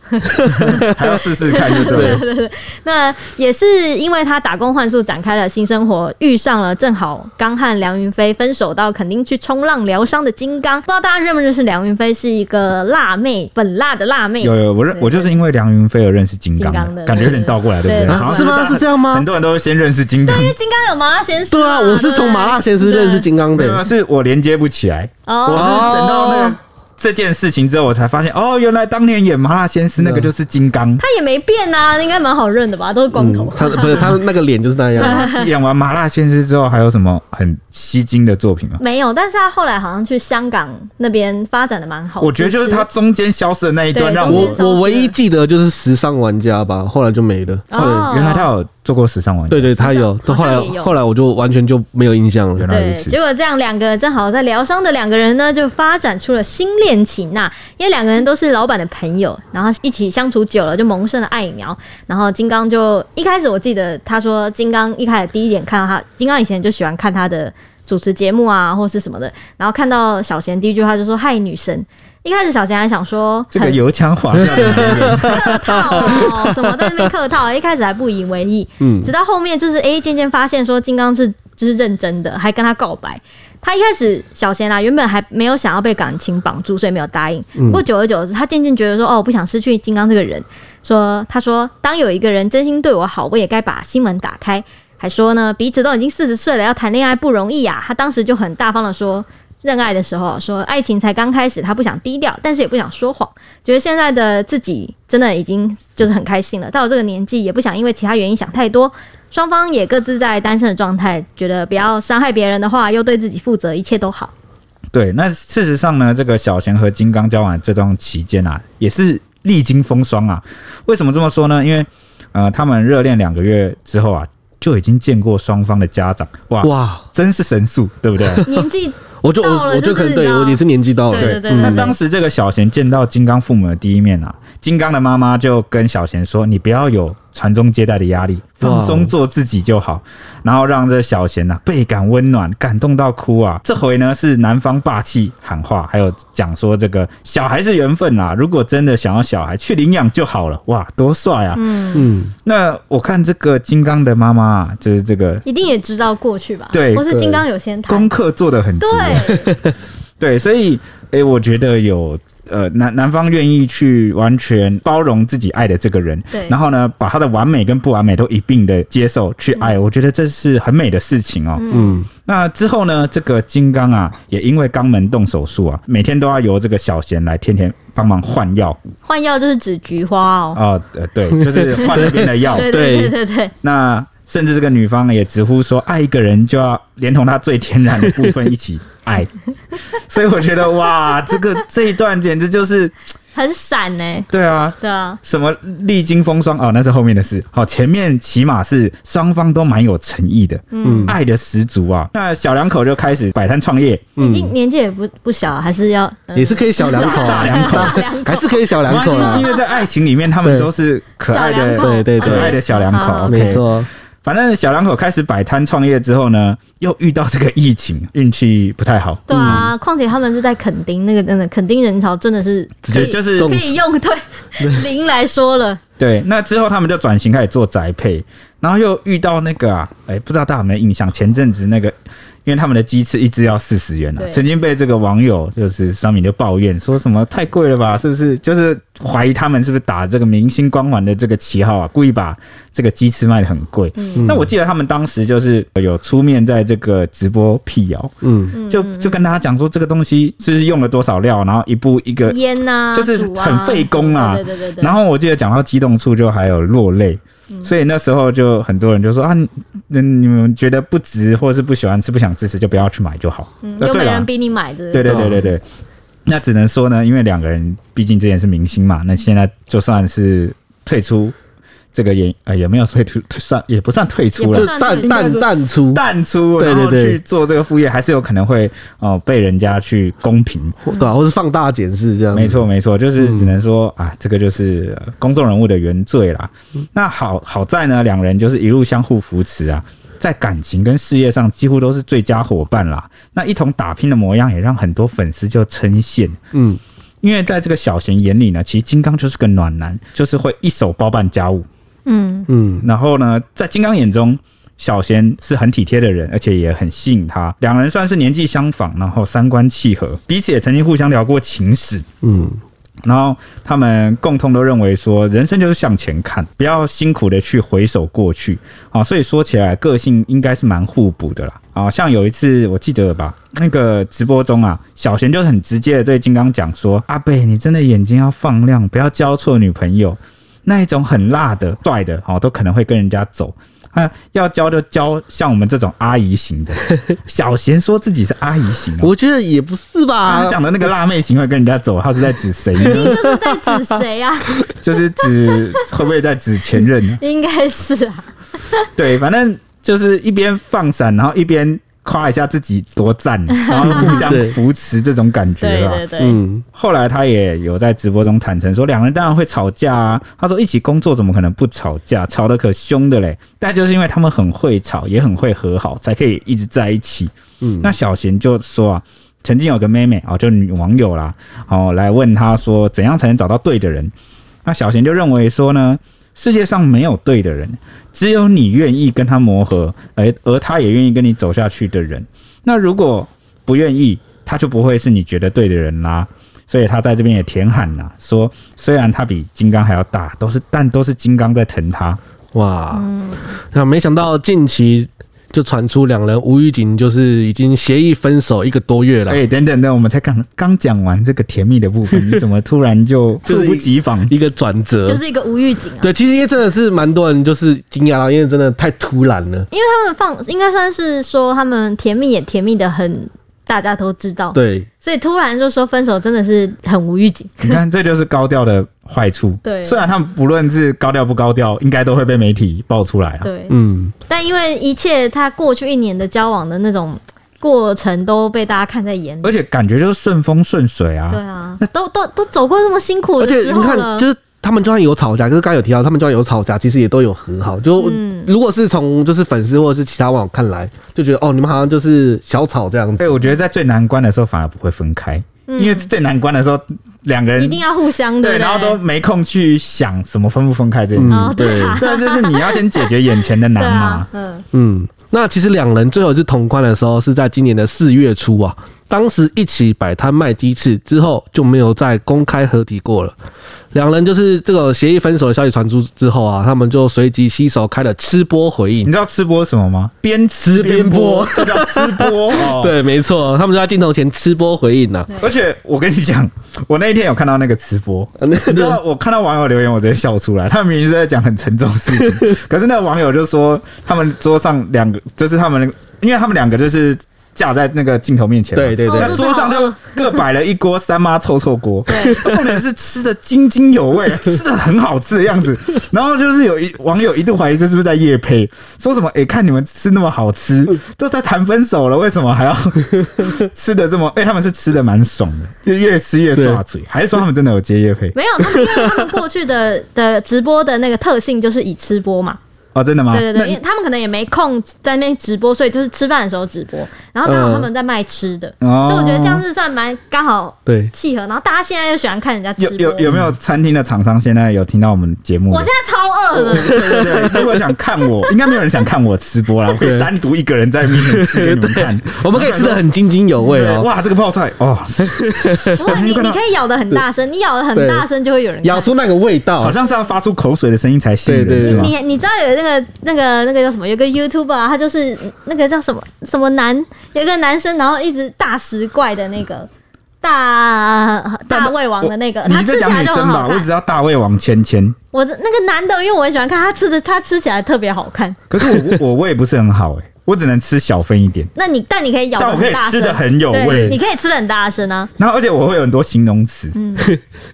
Speaker 3: 还要试试看，对不对？
Speaker 2: 那也是因为他打工换宿展开了新生活，遇上了正好刚和梁云飞分手到垦丁去冲浪疗伤的金刚。不知道大家认不认识梁云飞是一个辣妹，本辣的辣妹。
Speaker 3: 有有，我认我就是因为梁云飞而认识金刚
Speaker 2: 金刚
Speaker 3: 的，
Speaker 2: 的
Speaker 3: 感觉有点倒过来，对不
Speaker 2: 对
Speaker 3: 对？好
Speaker 1: 啊
Speaker 3: 像
Speaker 1: 是吗？是这样
Speaker 3: 大家
Speaker 1: 吗
Speaker 3: 很？多人都先认识金刚，
Speaker 2: 因为金刚有麻辣鲜师
Speaker 1: 对
Speaker 2: 嘛，
Speaker 1: 啊，我是从麻辣鲜师认识金刚
Speaker 3: 没有没有
Speaker 1: 的。
Speaker 3: 是我连接不起来，
Speaker 2: 对
Speaker 3: 我是
Speaker 2: 啊哦，
Speaker 3: 等到那个这件事情之后，我才发现哦，原来当年演麻辣鲜师那个就是金 刚，
Speaker 2: 他也没变呐、应该蛮好认的吧，都是光头。
Speaker 1: 嗯他不是他那个脸就是那 样，
Speaker 3: 演完麻辣鲜师之后，还有什么很吸睛的作品吗？
Speaker 2: 没有，但是他后来好像去香港那边发展的蛮好。
Speaker 3: 我觉得就是他中间消失的那一段，
Speaker 2: 对
Speaker 3: 让
Speaker 2: 中
Speaker 3: 我
Speaker 1: 我
Speaker 2: 间消失
Speaker 1: 我唯一记得就是时尚玩家吧，后来就没了。
Speaker 2: 哦，
Speaker 3: 原来他有做过时尚玩家，
Speaker 1: 对对，他有，
Speaker 2: 时尚
Speaker 1: 后
Speaker 2: 好像
Speaker 1: 来
Speaker 2: 也有
Speaker 1: 后来我就完全就没有印象了
Speaker 3: 原。来
Speaker 2: 对
Speaker 3: 如，此
Speaker 2: 结。果这样两个正好在疗伤的两个人呢，就发展出了新恋情呐、因为两个人都是老板的朋友，然后一起相处久了，就萌生了爱苗。然后金刚就一开始我记得他说，金刚一开始第一眼看到他，金刚以前就喜欢看他的主持节目啊，或是什么的。然后看到小贤第一句话就说：“嗨，女神。”一开始小贤还想说，
Speaker 3: 这个
Speaker 2: 很
Speaker 3: 油腔滑调的男人，
Speaker 2: 客套、哦，什么在那边客套，一开始还不以为意，
Speaker 1: 嗯
Speaker 2: 直到后面就是哎，渐、渐发现说金刚是就是认真的，还跟他告白。他一开始小贤啊，原本还没有想要被感情绑住，所以没有答应。不过久而久之，他渐渐觉得说，哦，我不想失去金刚这个人。说他说，当有一个人真心对我好，我也该把心门打开。还说呢，彼此都已经四十岁了，要谈恋爱不容易啊。他当时就很大方的说，认爱的时候说，爱情才刚开始，他不想低调，但是也不想说谎。觉得现在的自己真的已经就是很开心了，到了这个年纪也不想因为其他原因想太多。双方也各自在单身的状态，觉得不要伤害别人的话，又对自己负责，一切 都好。
Speaker 3: 对。那事实上呢，这个小贤和金刚交往这段期间啊，也是历经风霜啊。为什么这么说呢？因为呃，他们热恋两个月之后啊，就已经见过双方的家长，哇，
Speaker 1: 哇，
Speaker 3: 真是神速，对不对？
Speaker 2: 年纪
Speaker 1: 我就
Speaker 2: 到
Speaker 1: 我
Speaker 2: 了
Speaker 1: 我
Speaker 2: 就是
Speaker 1: 就可能
Speaker 2: 你知
Speaker 1: 对
Speaker 2: 道
Speaker 1: 我也是年纪到了，
Speaker 2: 对对对
Speaker 1: 嗯
Speaker 3: 那当时这个小贤见到金刚父母的第一面啊，金刚的妈妈就跟小贤说：“你不要有传宗接代的压力，放松做自己就好，然后让这小贤呐、啊倍感温暖，感动到哭啊！这回呢是男方霸气喊话，还有讲说这个小孩是缘分啊啦，如果真的想要小孩，去领养就好了，哇，多帅啊！
Speaker 2: 嗯，
Speaker 1: 嗯，
Speaker 3: 那我看这个金刚的妈妈、啊，就是这个
Speaker 2: 一定也知道过去吧？
Speaker 3: 对
Speaker 2: 或是金刚有先谈
Speaker 3: 功。课做得很足，
Speaker 2: 对，
Speaker 3: 对，所以诶、我觉得有呃男男方愿意去完全包容自己爱的这个人，
Speaker 2: 对
Speaker 3: 然后呢，把他的完美跟不完美都一并的接受去爱，
Speaker 2: 嗯
Speaker 3: 我觉得这是很美的事情哦。
Speaker 1: 嗯，
Speaker 3: 那之后呢，这个金刚啊，也因为肛门动手术啊，每天都要由这个小贤来天天帮忙换药
Speaker 2: 换药就是指菊花哦。
Speaker 3: 啊、呃，对，就是换那边的 药，
Speaker 2: 对
Speaker 1: 对
Speaker 2: 对对对对，
Speaker 3: 那甚至这个女方也直呼说，爱一个人就要连同他最天然的部分一起 爱。所以我觉得哇，这个这一段简直就是
Speaker 2: 很闪呢。
Speaker 3: 对啊。
Speaker 2: 对啊，
Speaker 3: 什么历经风霜哦，那是后面的事。好、前面起码是双方都蛮有诚意的，
Speaker 1: 嗯
Speaker 3: 爱的十足啊。那小两口就开始摆摊创业，
Speaker 2: 已经年纪也不不小，还是要嗯
Speaker 1: 也是可以小两口啊，
Speaker 3: 大两口
Speaker 2: 大两口
Speaker 1: 还是可以小两口啦
Speaker 3: 因，为在爱情里面，他们
Speaker 1: 对
Speaker 3: 都是可爱
Speaker 2: 小
Speaker 3: 的
Speaker 2: 两口，
Speaker 1: 对对对
Speaker 3: 可爱的小两口
Speaker 2: 好。
Speaker 3: OK
Speaker 1: 没错，
Speaker 3: 反正小两口开始摆摊创业之后呢，又遇到这个疫情，运气不太好。
Speaker 2: 对
Speaker 3: 嗯
Speaker 2: 啊，况且他们是在垦丁，那个真的垦丁人潮真的是
Speaker 3: 直
Speaker 2: 可
Speaker 3: 接
Speaker 2: 以
Speaker 3: 就是
Speaker 2: 可以用对 零来说了，
Speaker 3: 对，那之后他们就转型开始做宅配，然后又遇到那个啊，哎、不知道大家有没有印象？前阵子那个，因为他们的鸡翅一只要四十元啊，
Speaker 2: 对
Speaker 3: 曾经被这个网友就是商品就抱怨说什么太贵了吧，是不是？就是怀疑他们是不是打这个明星光环的这个旗号啊，故意把这个鸡翅卖的很贵。
Speaker 2: 嗯
Speaker 3: 那我记得他们当时就是有出面在这个直播辟谣，
Speaker 1: 嗯，
Speaker 2: 嗯
Speaker 3: 就就跟大家讲说这个东西是用了多少料，然后一步一个
Speaker 2: 腌呐，
Speaker 3: 就是
Speaker 2: 煮啊
Speaker 3: 很费工啊
Speaker 2: 对对对嗯对，
Speaker 3: 然后我记得讲到激动处就还有落泪，所以那时候就很多人就说啊，你那你们觉得不值或是不喜欢吃不想支持就不要去买就好。
Speaker 2: 嗯
Speaker 3: 呃
Speaker 2: 又没
Speaker 3: 对啦
Speaker 2: 人逼你买的，
Speaker 3: 对对对对对，那只能说呢，因为两个人毕竟之前是明星嘛，那现在就算是退出这个演呃也没有退出，退算也不算退出
Speaker 2: 也
Speaker 3: 了
Speaker 1: 就
Speaker 2: 不。算
Speaker 1: 淡
Speaker 2: 应该
Speaker 1: 淡
Speaker 3: 是
Speaker 1: 淡出，
Speaker 3: 淡出，然后
Speaker 1: 对对对
Speaker 3: 去做这个副业，还是有可能会哦、呃被人家去公平。
Speaker 1: 或对啊，或是放大检视这样，嗯
Speaker 3: 没，错，没错，就是只能说、啊，这个就是呃公众人物的原罪啦。
Speaker 1: 嗯
Speaker 3: 那好好在呢，两人就是一路相互扶持啊，在感情跟事业上几乎都是最佳伙伴啦。那一同打拼的模样也让很多粉丝就称羡，
Speaker 1: 嗯，
Speaker 3: 因为在这个小贤眼里呢，其实金刚就是个暖男，就是会一手包办家务。
Speaker 2: 嗯，
Speaker 1: 嗯，
Speaker 3: 然后呢，在金刚眼中。小贤是很体贴的人，而且也很吸引他。两人算是年纪相仿，然后三观契合，彼此也曾经互相聊过情史。
Speaker 1: 嗯，
Speaker 3: 然后他们共同都认为说，人生就是向前看，不要辛苦的去回首过去啊。所以说起来，个性应该是蛮互补的啦。啊，像有一次我记得吧，那个直播中啊，小贤就很直接的对金刚讲说：“阿贝，你真的眼睛要放亮，不要交错女朋友。那一种很辣的、帅的，哦，都可能会跟人家走。”啊，要交就交像我们这种阿姨型的。 小贤说自己是阿姨型、哦，
Speaker 1: 我觉得也不是吧
Speaker 3: 他，讲的那个辣妹型会跟人家走，他是在指谁呢？
Speaker 2: 一定就是在指 谁啊？
Speaker 3: 就是指会不会在指前任 呢？
Speaker 2: 应该是啊，
Speaker 3: 对，反正就是一边放闪，然后一边夸一下自己多 赞，然后互相
Speaker 1: 对
Speaker 3: 扶持这种感觉
Speaker 2: 对
Speaker 3: 啊。
Speaker 2: 对对，
Speaker 1: 嗯，
Speaker 3: 后来他也有在直播中坦诚说，两人当然会吵架啊。他说一起工作怎么可能不吵架？吵得可凶的嘞。但就是因为他们很会吵，也很会和好，才可以一直在一起。
Speaker 1: 嗯
Speaker 3: 那小贤就说啊，曾经有个妹妹哦，就女网友啦，哦来问他说，怎样才能找到对的人？那小贤就认为说呢，世界上没有对的人，只有你愿意跟他磨合，而而他也愿意跟你走下去的人。那如果不愿意，他就不会是你觉得对的人啦。所以他在这边也填喊啦，说虽然他比金刚还要大，都是但都是金刚在疼他。
Speaker 1: 哇，
Speaker 2: 嗯
Speaker 1: 那没想到近期就传出两人吴玉景就是已经协议分手一个多月了
Speaker 3: 哎、，等等等，我们才刚刚讲完这个甜蜜的部分，你怎么突然就
Speaker 1: 就是
Speaker 3: 猝不及防？
Speaker 1: 一个转折，
Speaker 2: 就是一个无预警啊。
Speaker 1: 对，其实因为真的是蛮多人就是惊讶了，因为真的太突然了。
Speaker 2: 因为他们放，应该算是说他们甜蜜也甜蜜的很，大家都知道，
Speaker 1: 对，
Speaker 2: 所以突然就说分手真的是很无预警。
Speaker 3: 你看，这就是高调的坏处。
Speaker 2: 对
Speaker 3: 虽然他们不论是高调不高调，应该都会被媒体爆出来啊。
Speaker 2: 对，
Speaker 1: 嗯，
Speaker 2: 但因为一切他过去一年的交往的那种过程都被大家看在眼里，
Speaker 3: 而且感觉就是顺风顺水啊。
Speaker 2: 对啊，都都都走过这么辛苦
Speaker 1: 而
Speaker 2: 的
Speaker 1: 且
Speaker 2: 时
Speaker 1: 你
Speaker 2: 候
Speaker 1: 看，
Speaker 2: 了，
Speaker 1: 就是他们就算有吵架，就是刚刚有提到，他们就算有吵架，其实也都有和好。就、
Speaker 2: 嗯
Speaker 1: 如果是从就是粉丝或者是其他网友看来，就觉得哦，你们好像就是小吵这样子。
Speaker 3: 对，我觉得在最难关的时候反而不会分开，因为最难关的时候两个人
Speaker 2: 嗯一定要互相的，
Speaker 3: 对，然后都没空去想什么分不分开这件事。
Speaker 2: 哦对啊
Speaker 3: 对，就是你要先解决眼前的难
Speaker 2: 对
Speaker 3: 嘛
Speaker 2: 啊。，嗯，
Speaker 1: 嗯，那其实两人最后一次同框的时候是在今年的四月初啊，当时一起摆摊卖鸡翅之后就没有再公开合体过了。两人就是这个协议分手的消息传出之后啊，他们就随即携手开了吃播回应
Speaker 3: 你。知道吃播是什么吗？边
Speaker 1: 吃
Speaker 3: 吃
Speaker 1: 边播，
Speaker 3: 这叫吃播。 哦，
Speaker 1: 对，没错，他们就在镜头前吃播回应啊呢、
Speaker 3: 而且我跟你讲，我那一天有看到那个吃播，
Speaker 1: 啊。
Speaker 3: 你知道我看到网友留言，我直接笑出来。他们明明是在讲很沉重的事情， 可是那个网友就说，他们桌上两个，就是他们，因为他们两个就是架在那个镜头面前嘛，
Speaker 1: 对对对
Speaker 3: 那桌上他们各摆了一锅三妈臭臭锅，重点是吃的津津有味， 吃的很好吃的样子。然后就是有一网友一度怀疑这是不是在夜配，说什么诶，看你们吃那么好吃，都在谈分手了，为什么还 要吃的这么？诶，他们是吃的蛮爽的，就越吃越刷嘴，还是说他们真的有接夜配？
Speaker 2: 没有他们，因为他们过去的的直播的那个特性就是以吃播嘛，
Speaker 3: 哦，真的吗？
Speaker 2: 对对
Speaker 3: 那
Speaker 2: 对，因为他们可能也没空在那边直播，所以就是吃饭的时候直播，然后刚好他们在卖吃的，
Speaker 3: 哦
Speaker 2: 所以我觉得这样是算蛮刚好
Speaker 1: 对，
Speaker 2: 契合。然后大家现在又喜欢看人家吃
Speaker 3: 有
Speaker 2: 播，
Speaker 3: 有有没有餐厅的厂商现在有听到我们节目的？
Speaker 2: 我现在超饿了，
Speaker 3: 对对对，如果想看我，应该没有人想看我吃播啦，我可以单独一个人在面前吃给你们看。
Speaker 1: 我们可以吃的很津津有味
Speaker 3: 对，
Speaker 1: 哦，
Speaker 3: 哇，这个泡菜 哦，
Speaker 2: 不过你你可以咬的很大声，你咬的很大声就会有人
Speaker 1: 咬
Speaker 2: 看。
Speaker 1: 出那个味
Speaker 3: 好
Speaker 1: 道。
Speaker 3: 像是要发出口水的声音才吸引
Speaker 1: 对
Speaker 3: 人，
Speaker 1: 对
Speaker 3: 是吗？
Speaker 2: 你你知道有那个那个那个叫什么？有个 YouTuber 啊，他就是那个叫什么什么男，有一个男生，然后一直大食怪的那个大大胃王的那个，他
Speaker 3: 你
Speaker 2: 吃
Speaker 3: 在
Speaker 2: 起
Speaker 3: 讲
Speaker 2: 来
Speaker 3: 女
Speaker 2: 就很
Speaker 3: 生吧？
Speaker 2: 好
Speaker 3: 我只
Speaker 2: 看
Speaker 3: 知。道大胃王芊芊，
Speaker 2: 我这那个男的，因为我很喜欢看他吃的，他吃起来特别好看。
Speaker 3: 可是我我我胃不是很好哎、我只能吃小份一点，
Speaker 2: 那你但你可以咬
Speaker 3: 但
Speaker 2: 的
Speaker 3: 我可以
Speaker 2: 大
Speaker 3: 吃
Speaker 2: 声，
Speaker 3: 的很有
Speaker 2: 对，
Speaker 3: 味
Speaker 2: 你，可以吃的很大声啊。
Speaker 3: 然后而且我会有很多形容词，
Speaker 2: 嗯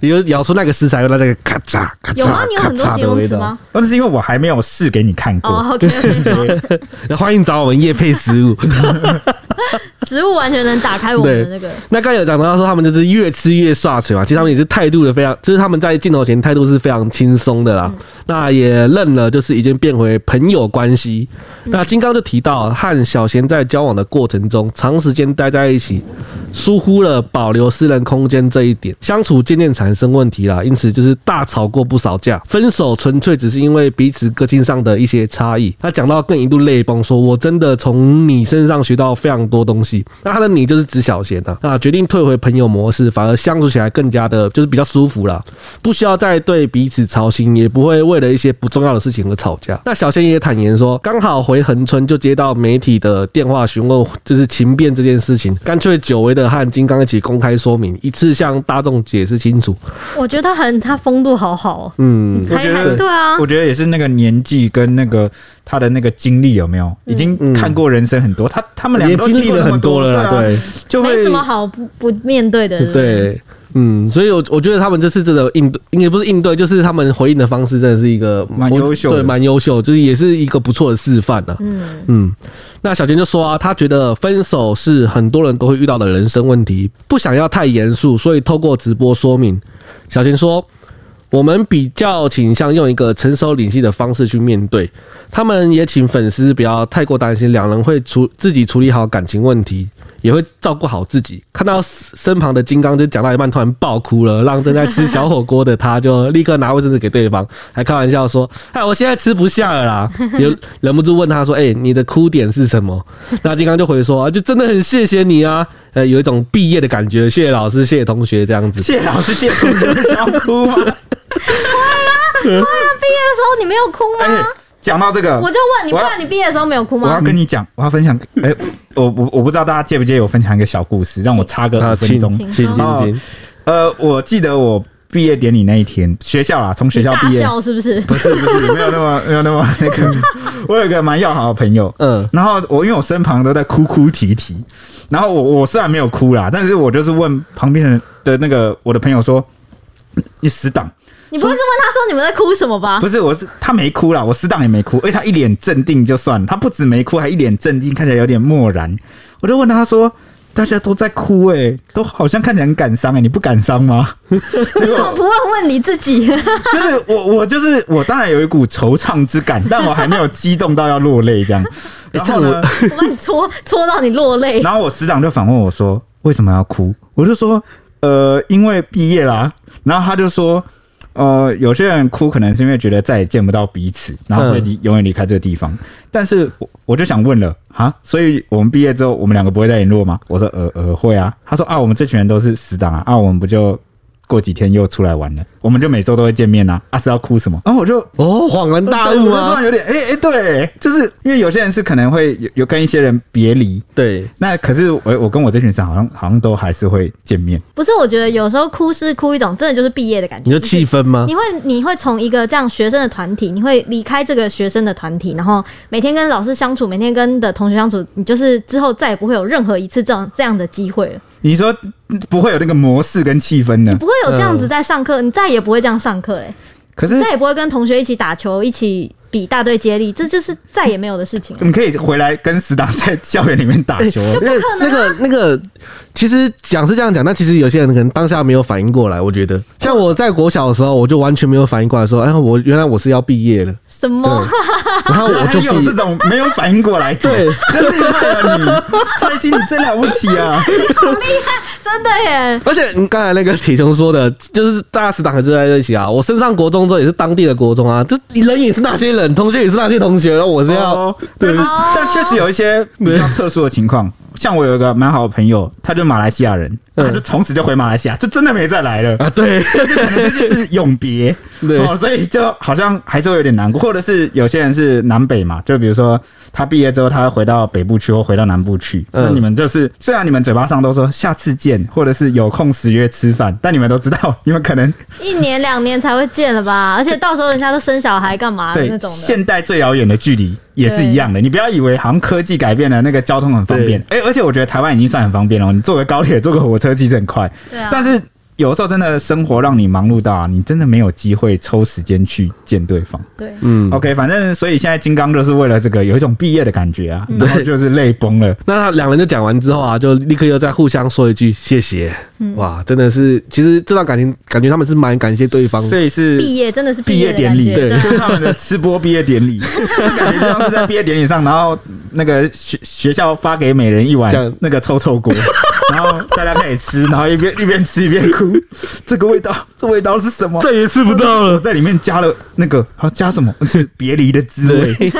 Speaker 1: 你就咬出那个食材，有那个咔嚓咔
Speaker 2: 有吗？
Speaker 1: 嚓
Speaker 2: 你有
Speaker 1: 咔
Speaker 2: 很多
Speaker 1: 嚓
Speaker 2: 形
Speaker 1: 的
Speaker 2: 容
Speaker 1: 味
Speaker 2: 词
Speaker 1: 道
Speaker 2: 吗。？
Speaker 3: 哦那、是因为我还没有试给你看过。
Speaker 2: 哦，OK OK，
Speaker 1: 欢迎找我们叶配食物。
Speaker 2: 食物完全能打开我们的那个。
Speaker 1: 那刚才有讲到说他们就是越吃越刷嘴嘛，其实他们也是态度的非常，就是他们在镜头前态度是非常轻松的啦。
Speaker 2: 嗯
Speaker 1: 那也认了，就是已经变回朋友关系。那金刚就提到和小贤在交往的过程中，长时间待在一起，疏忽了保留私人空间这一点，相处渐渐产生问题啦，因此就是大吵过不少架，分手纯粹只是因为彼此个性上的一些差异。他讲到更一度泪崩，说我真的从你身上学到非常多东西。那他的你就是指小贤啊，那决定退回朋友模式，反而相处起来更加的，就是比较舒服啦，不需要再对彼此操心，也不会为了一些不重要的事情而吵架。那小贤也坦言说，刚好回恒春就接到媒体的电话询问，就是情变这件事情，干脆久违的和金刚一起公开说明，一次向大众解释清楚。
Speaker 2: 我觉得他很，他风度好好哦。
Speaker 1: 嗯，
Speaker 3: 我
Speaker 2: 还
Speaker 3: 觉得
Speaker 2: 还对啊，
Speaker 3: 我觉得也是那个年纪跟那个他的那个经历有没有，
Speaker 2: 嗯
Speaker 3: 已经看过人生很多，他他们两
Speaker 1: 嗯也
Speaker 3: 个都
Speaker 1: 经历
Speaker 3: 过
Speaker 1: 了
Speaker 3: 那么
Speaker 1: 很多了啦，
Speaker 3: 对啊，
Speaker 1: 对。
Speaker 3: 就会
Speaker 2: 没什么好不不面对的。，
Speaker 1: 对，嗯，所以我我觉得他们这次真的应对，应该不是应对，就是他们回应的方式真的是一个
Speaker 3: 蛮
Speaker 1: 我
Speaker 3: 优秀的
Speaker 1: 对，蛮优秀，就是也是一个不错的示范呐、
Speaker 2: 嗯，
Speaker 1: 嗯，那小娟就说啊，她觉得分手是很多人都会遇到的人生问题，不想要太严肃，所以透过直播说明。小娟说，我们比较倾向用一个成熟理性的方式去面对。他们也请粉丝不要太过担心，两人会处自己处理好感情问题，也会照顾好自己。看到身旁的金刚就讲到一半突然爆哭了，让正在吃小火锅的他就立刻拿卫生纸给对方，还开玩笑说：“哎，我现在吃不下了啦。”也忍不住问他说：“哎、你的哭点是什么？”那金刚就回说：“啊，就真的很谢谢你啊，呃，有一种毕业的感觉，谢谢老师，谢谢同学，这样子。”
Speaker 3: 谢老师谢同学想要哭吗？
Speaker 2: 毕业的时候你没有哭
Speaker 3: 哎
Speaker 2: 吗？，
Speaker 3: 讲到这个，
Speaker 2: 我就问你，不
Speaker 3: 我要
Speaker 2: 然你毕业的时候没有哭
Speaker 3: 我要
Speaker 2: 吗？
Speaker 3: 跟你讲，我要分享，哎、我我我不知道大家介不介意我分享一个小故事，让我插个
Speaker 1: 啊，
Speaker 3: 五分
Speaker 1: 请
Speaker 3: 钟。
Speaker 1: 请请
Speaker 3: 哦
Speaker 1: 请，
Speaker 3: 呃，我记得我毕业典礼那一天，学校啦，从学
Speaker 2: 你
Speaker 3: 校
Speaker 2: 大
Speaker 3: 毕业，
Speaker 2: 笑是不是？
Speaker 3: 不是不是，没有那么没有那么那个，我有一个蛮要好的朋友，
Speaker 1: 嗯
Speaker 3: 然后我因为我身旁都在哭哭啼啼，然后我我虽然没有哭啦，但是我就是问旁边的人的那个我的朋友说，你死党。
Speaker 2: 你不会是问他说你们在哭什么吧？
Speaker 3: 不是，我是他没哭啦，我死党也没哭，而且他一脸镇定就算了，他不止没哭，还一脸镇定，看起来有点漠然。我就问他说：“大家都在哭哎、都好像看起来很感伤哎、你不感伤吗？ 结
Speaker 2: 怎么
Speaker 3: 果
Speaker 2: 不问问你自 己？
Speaker 3: 就是我我就是我，当然有一股惆怅之感，但我还没有激动到要落泪这样。然后
Speaker 1: 哎这
Speaker 3: 呢
Speaker 1: 个，
Speaker 2: 我把你戳戳到你落泪。
Speaker 3: 然后我师长就反问我说：“为什么要哭？”我就说：“呃，因为毕业啦。”然后他就说：“呃，有些人哭可能是因为觉得再也见不到彼此，然后会
Speaker 1: 嗯
Speaker 3: 离永远离开这个地方。但是我我就想问了啊，所以我们毕业之后，我们两个不会再联络吗？”我说：“呃呃，会啊。”他说：“啊，我们这群人都是死党啊，啊，我们不就过几天又出来玩了？我们就每周都会见面啊，啊是要哭什么？”然后我就
Speaker 1: 哦，恍然大
Speaker 3: 对我就突
Speaker 1: 悟啊吗
Speaker 3: 然？有点哎哎、对，就是因为有些人是可能会有有跟一些人别离，
Speaker 1: 对，
Speaker 3: 那可是我我跟我这群人好像好像都还是会见面，
Speaker 2: 不是，我觉得有时候哭是哭一种，真的就是毕业的感觉。
Speaker 1: 你说
Speaker 2: 就是
Speaker 1: 气氛吗
Speaker 2: 你？会你会从一个这样学生的团体，你会离开这个学生的团体，然后每天跟老师相处，每天跟的同学相处，你就是之后再也不会有任何一次这样这样的机会了，
Speaker 3: 你说不会有那个模式跟气氛呢
Speaker 2: 你？不会有这样子在上课，你再也不会这样上课嘞，
Speaker 3: 可是
Speaker 2: 再也不会跟同学一起打球，一起比大队接力，这就是再也没有的事情了。
Speaker 3: 你可以回来跟死党在校园里面打球，啊
Speaker 1: 那个那个那个，其实讲是这样讲，但其实有些人可能当下没有反应过来。我觉得，像我在国小的时候，我就完全没有反应过来，说，哎，我原来我是要毕业了，
Speaker 2: 什么？
Speaker 1: 然后我
Speaker 2: 哎
Speaker 3: 还
Speaker 1: 就
Speaker 3: 有
Speaker 1: 毕
Speaker 3: 这
Speaker 1: 业。
Speaker 3: 种没有反应过来，
Speaker 1: 对，
Speaker 3: 真厉害啊你！蔡心，你真了不起啊！
Speaker 2: 真的耶！
Speaker 1: 而且你刚才那个铁雄说的，就是大家死党还是在一起啊。我升上国中之后也是当地的国中啊，这人也是那些人，同学也是那些同学，然后我是要、
Speaker 3: 哦，但是
Speaker 2: 哦
Speaker 3: 但确实有一些比较特殊的情况，像我有一个蛮好的朋友，他就马来西亚人，
Speaker 1: 嗯
Speaker 3: 他就从此就回马来西亚，就真的没再来了。
Speaker 1: 啊，对，
Speaker 3: 这就是永别，
Speaker 1: 对
Speaker 3: 哦，所以就好像还是会有点难过，或者是有些人是南北嘛，就比如说他毕业之后，他回到北部去或回到南部去，
Speaker 1: 嗯
Speaker 3: 那你们就是虽然你们嘴巴上都说下次见，或者是有空时约吃饭，但你们都知道，你们可能
Speaker 2: 一年两年才会见了吧？而且到时候人家都生小孩干嘛的
Speaker 3: 对
Speaker 2: 啊那种的，
Speaker 3: 现代最遥远的距离也是一样的。你不要以为好像科技改变了那个交通很方便，哎、而且我觉得台湾已经算很方便了，你坐个高铁、坐个火车其实很快，
Speaker 2: 对啊。
Speaker 3: 但是。有时候真的生活让你忙碌到啊，你真的没有机会抽时间去见对方。
Speaker 2: 对，
Speaker 1: 嗯。
Speaker 3: OK，反正所以现在金刚就是为了这个有一种毕业的感觉啊，
Speaker 2: 嗯
Speaker 3: 然后就是泪崩了。
Speaker 1: 那他两人就讲完之后啊，就立刻又再互相说一句谢谢。
Speaker 2: 嗯
Speaker 1: 哇，真的是，其实这段感情感觉他们是蛮感谢对方 的。
Speaker 3: 所以是
Speaker 2: 毕业真的是
Speaker 3: 毕业
Speaker 2: 的
Speaker 3: 典
Speaker 2: 感
Speaker 3: 礼，
Speaker 2: 觉
Speaker 1: 对
Speaker 3: 就是他们的吃播毕业典 礼，就感觉像是在毕业典礼上，然后那个学学校发给每人一碗
Speaker 1: 这样
Speaker 3: 那个臭臭 锅，然后大家可以吃，然后一边一边吃一边 哭，这个味道，这味道是什么？
Speaker 1: 再也吃不到
Speaker 3: 我在里面加了那个，好加什么？是别离的滋味。
Speaker 1: 对，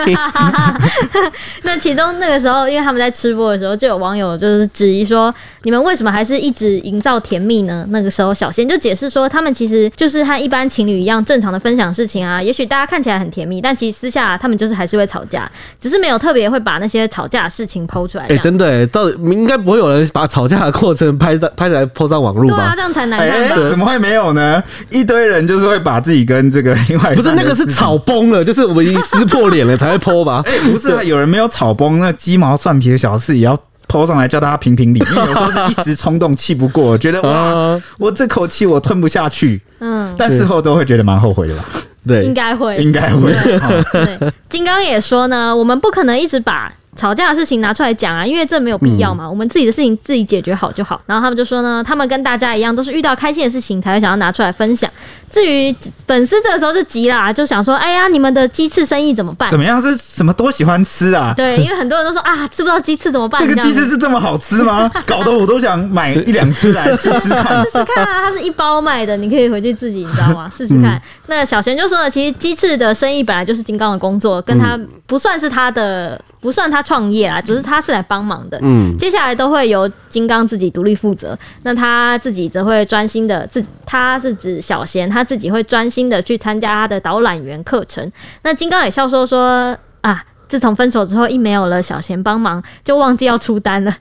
Speaker 2: 那其中那个时候，因为他们在吃播的时候，就有网友就是质疑说，你们为什么还是一直营造甜蜜呢？那个时候，小仙就解释说，他们其实就是和一般情侣一样正常的分享事情啊。也许大家看起来很甜蜜，但其实私下、他们就是还是会吵架，只是没有特别会把那些吵架的事情剖出来。
Speaker 1: 哎、真的哎、到底应该不会有人把吵架的过程拍到拍起来 po 上网
Speaker 2: 这
Speaker 1: 络
Speaker 2: 样对啊，
Speaker 1: 吧
Speaker 2: 这？样才难
Speaker 3: 哎、
Speaker 2: 看吧？
Speaker 3: 怎么会没有呢？一堆人就是会把自己跟这个另外一
Speaker 1: 不是
Speaker 3: 半
Speaker 1: 那个
Speaker 3: 的
Speaker 1: 是
Speaker 3: 事情
Speaker 1: 吵崩了，就是我们已经撕破脸了才会 po 吧？
Speaker 3: 哎、不是啊， 有人没有炒崩，那鸡毛蒜皮的小事也要偷上来叫大家评评理，因为有时 候是一时冲动气不过，觉得哇，
Speaker 1: 啊，
Speaker 3: 我这口气我吞不下去，
Speaker 2: 嗯，
Speaker 3: 但事后都会觉得蛮后悔的吧？
Speaker 2: 应
Speaker 1: 对，
Speaker 2: 该会，
Speaker 3: 应该会。哦
Speaker 2: 对，金刚也说呢，我们不可能一直把吵架的事情拿出来讲啊，因为这没有必要
Speaker 3: 嗯
Speaker 2: 嘛。我们自己的事情自己解决好就好。啊然后他们就说呢，他们跟大家一样，都是遇到开心的事情才会想要拿出来分享。至于粉丝这个时候就急啦，就想说，哎呀，你们的鸡翅生意怎么办
Speaker 3: 怎？么样？是什么都喜欢吃啊？
Speaker 2: 对，因为很多人都说啊，吃不到鸡翅怎么办？
Speaker 3: 这个
Speaker 2: 样
Speaker 3: 鸡
Speaker 2: 子
Speaker 3: 翅是这么好吃 吗？搞得我都想买一两只来吃吃看。
Speaker 2: 试试看啊，它是一包卖的，你可以回去自己，你知道吗？试 试看。那小贤就说了，其实鸡翅的生意本来就是金刚的工作，跟他
Speaker 3: 嗯
Speaker 2: 不算是他的，不算他创业啊，只是他是来帮忙的。
Speaker 1: 嗯，
Speaker 2: 接下来都会由金刚自己独立负责，那他自己则会专心的自，他是指小贤，他自己会专心的去参加他的导览员课程。那金刚也笑说说啊，自从分手之后，一没有了小贤帮忙，就忘记要出 单了，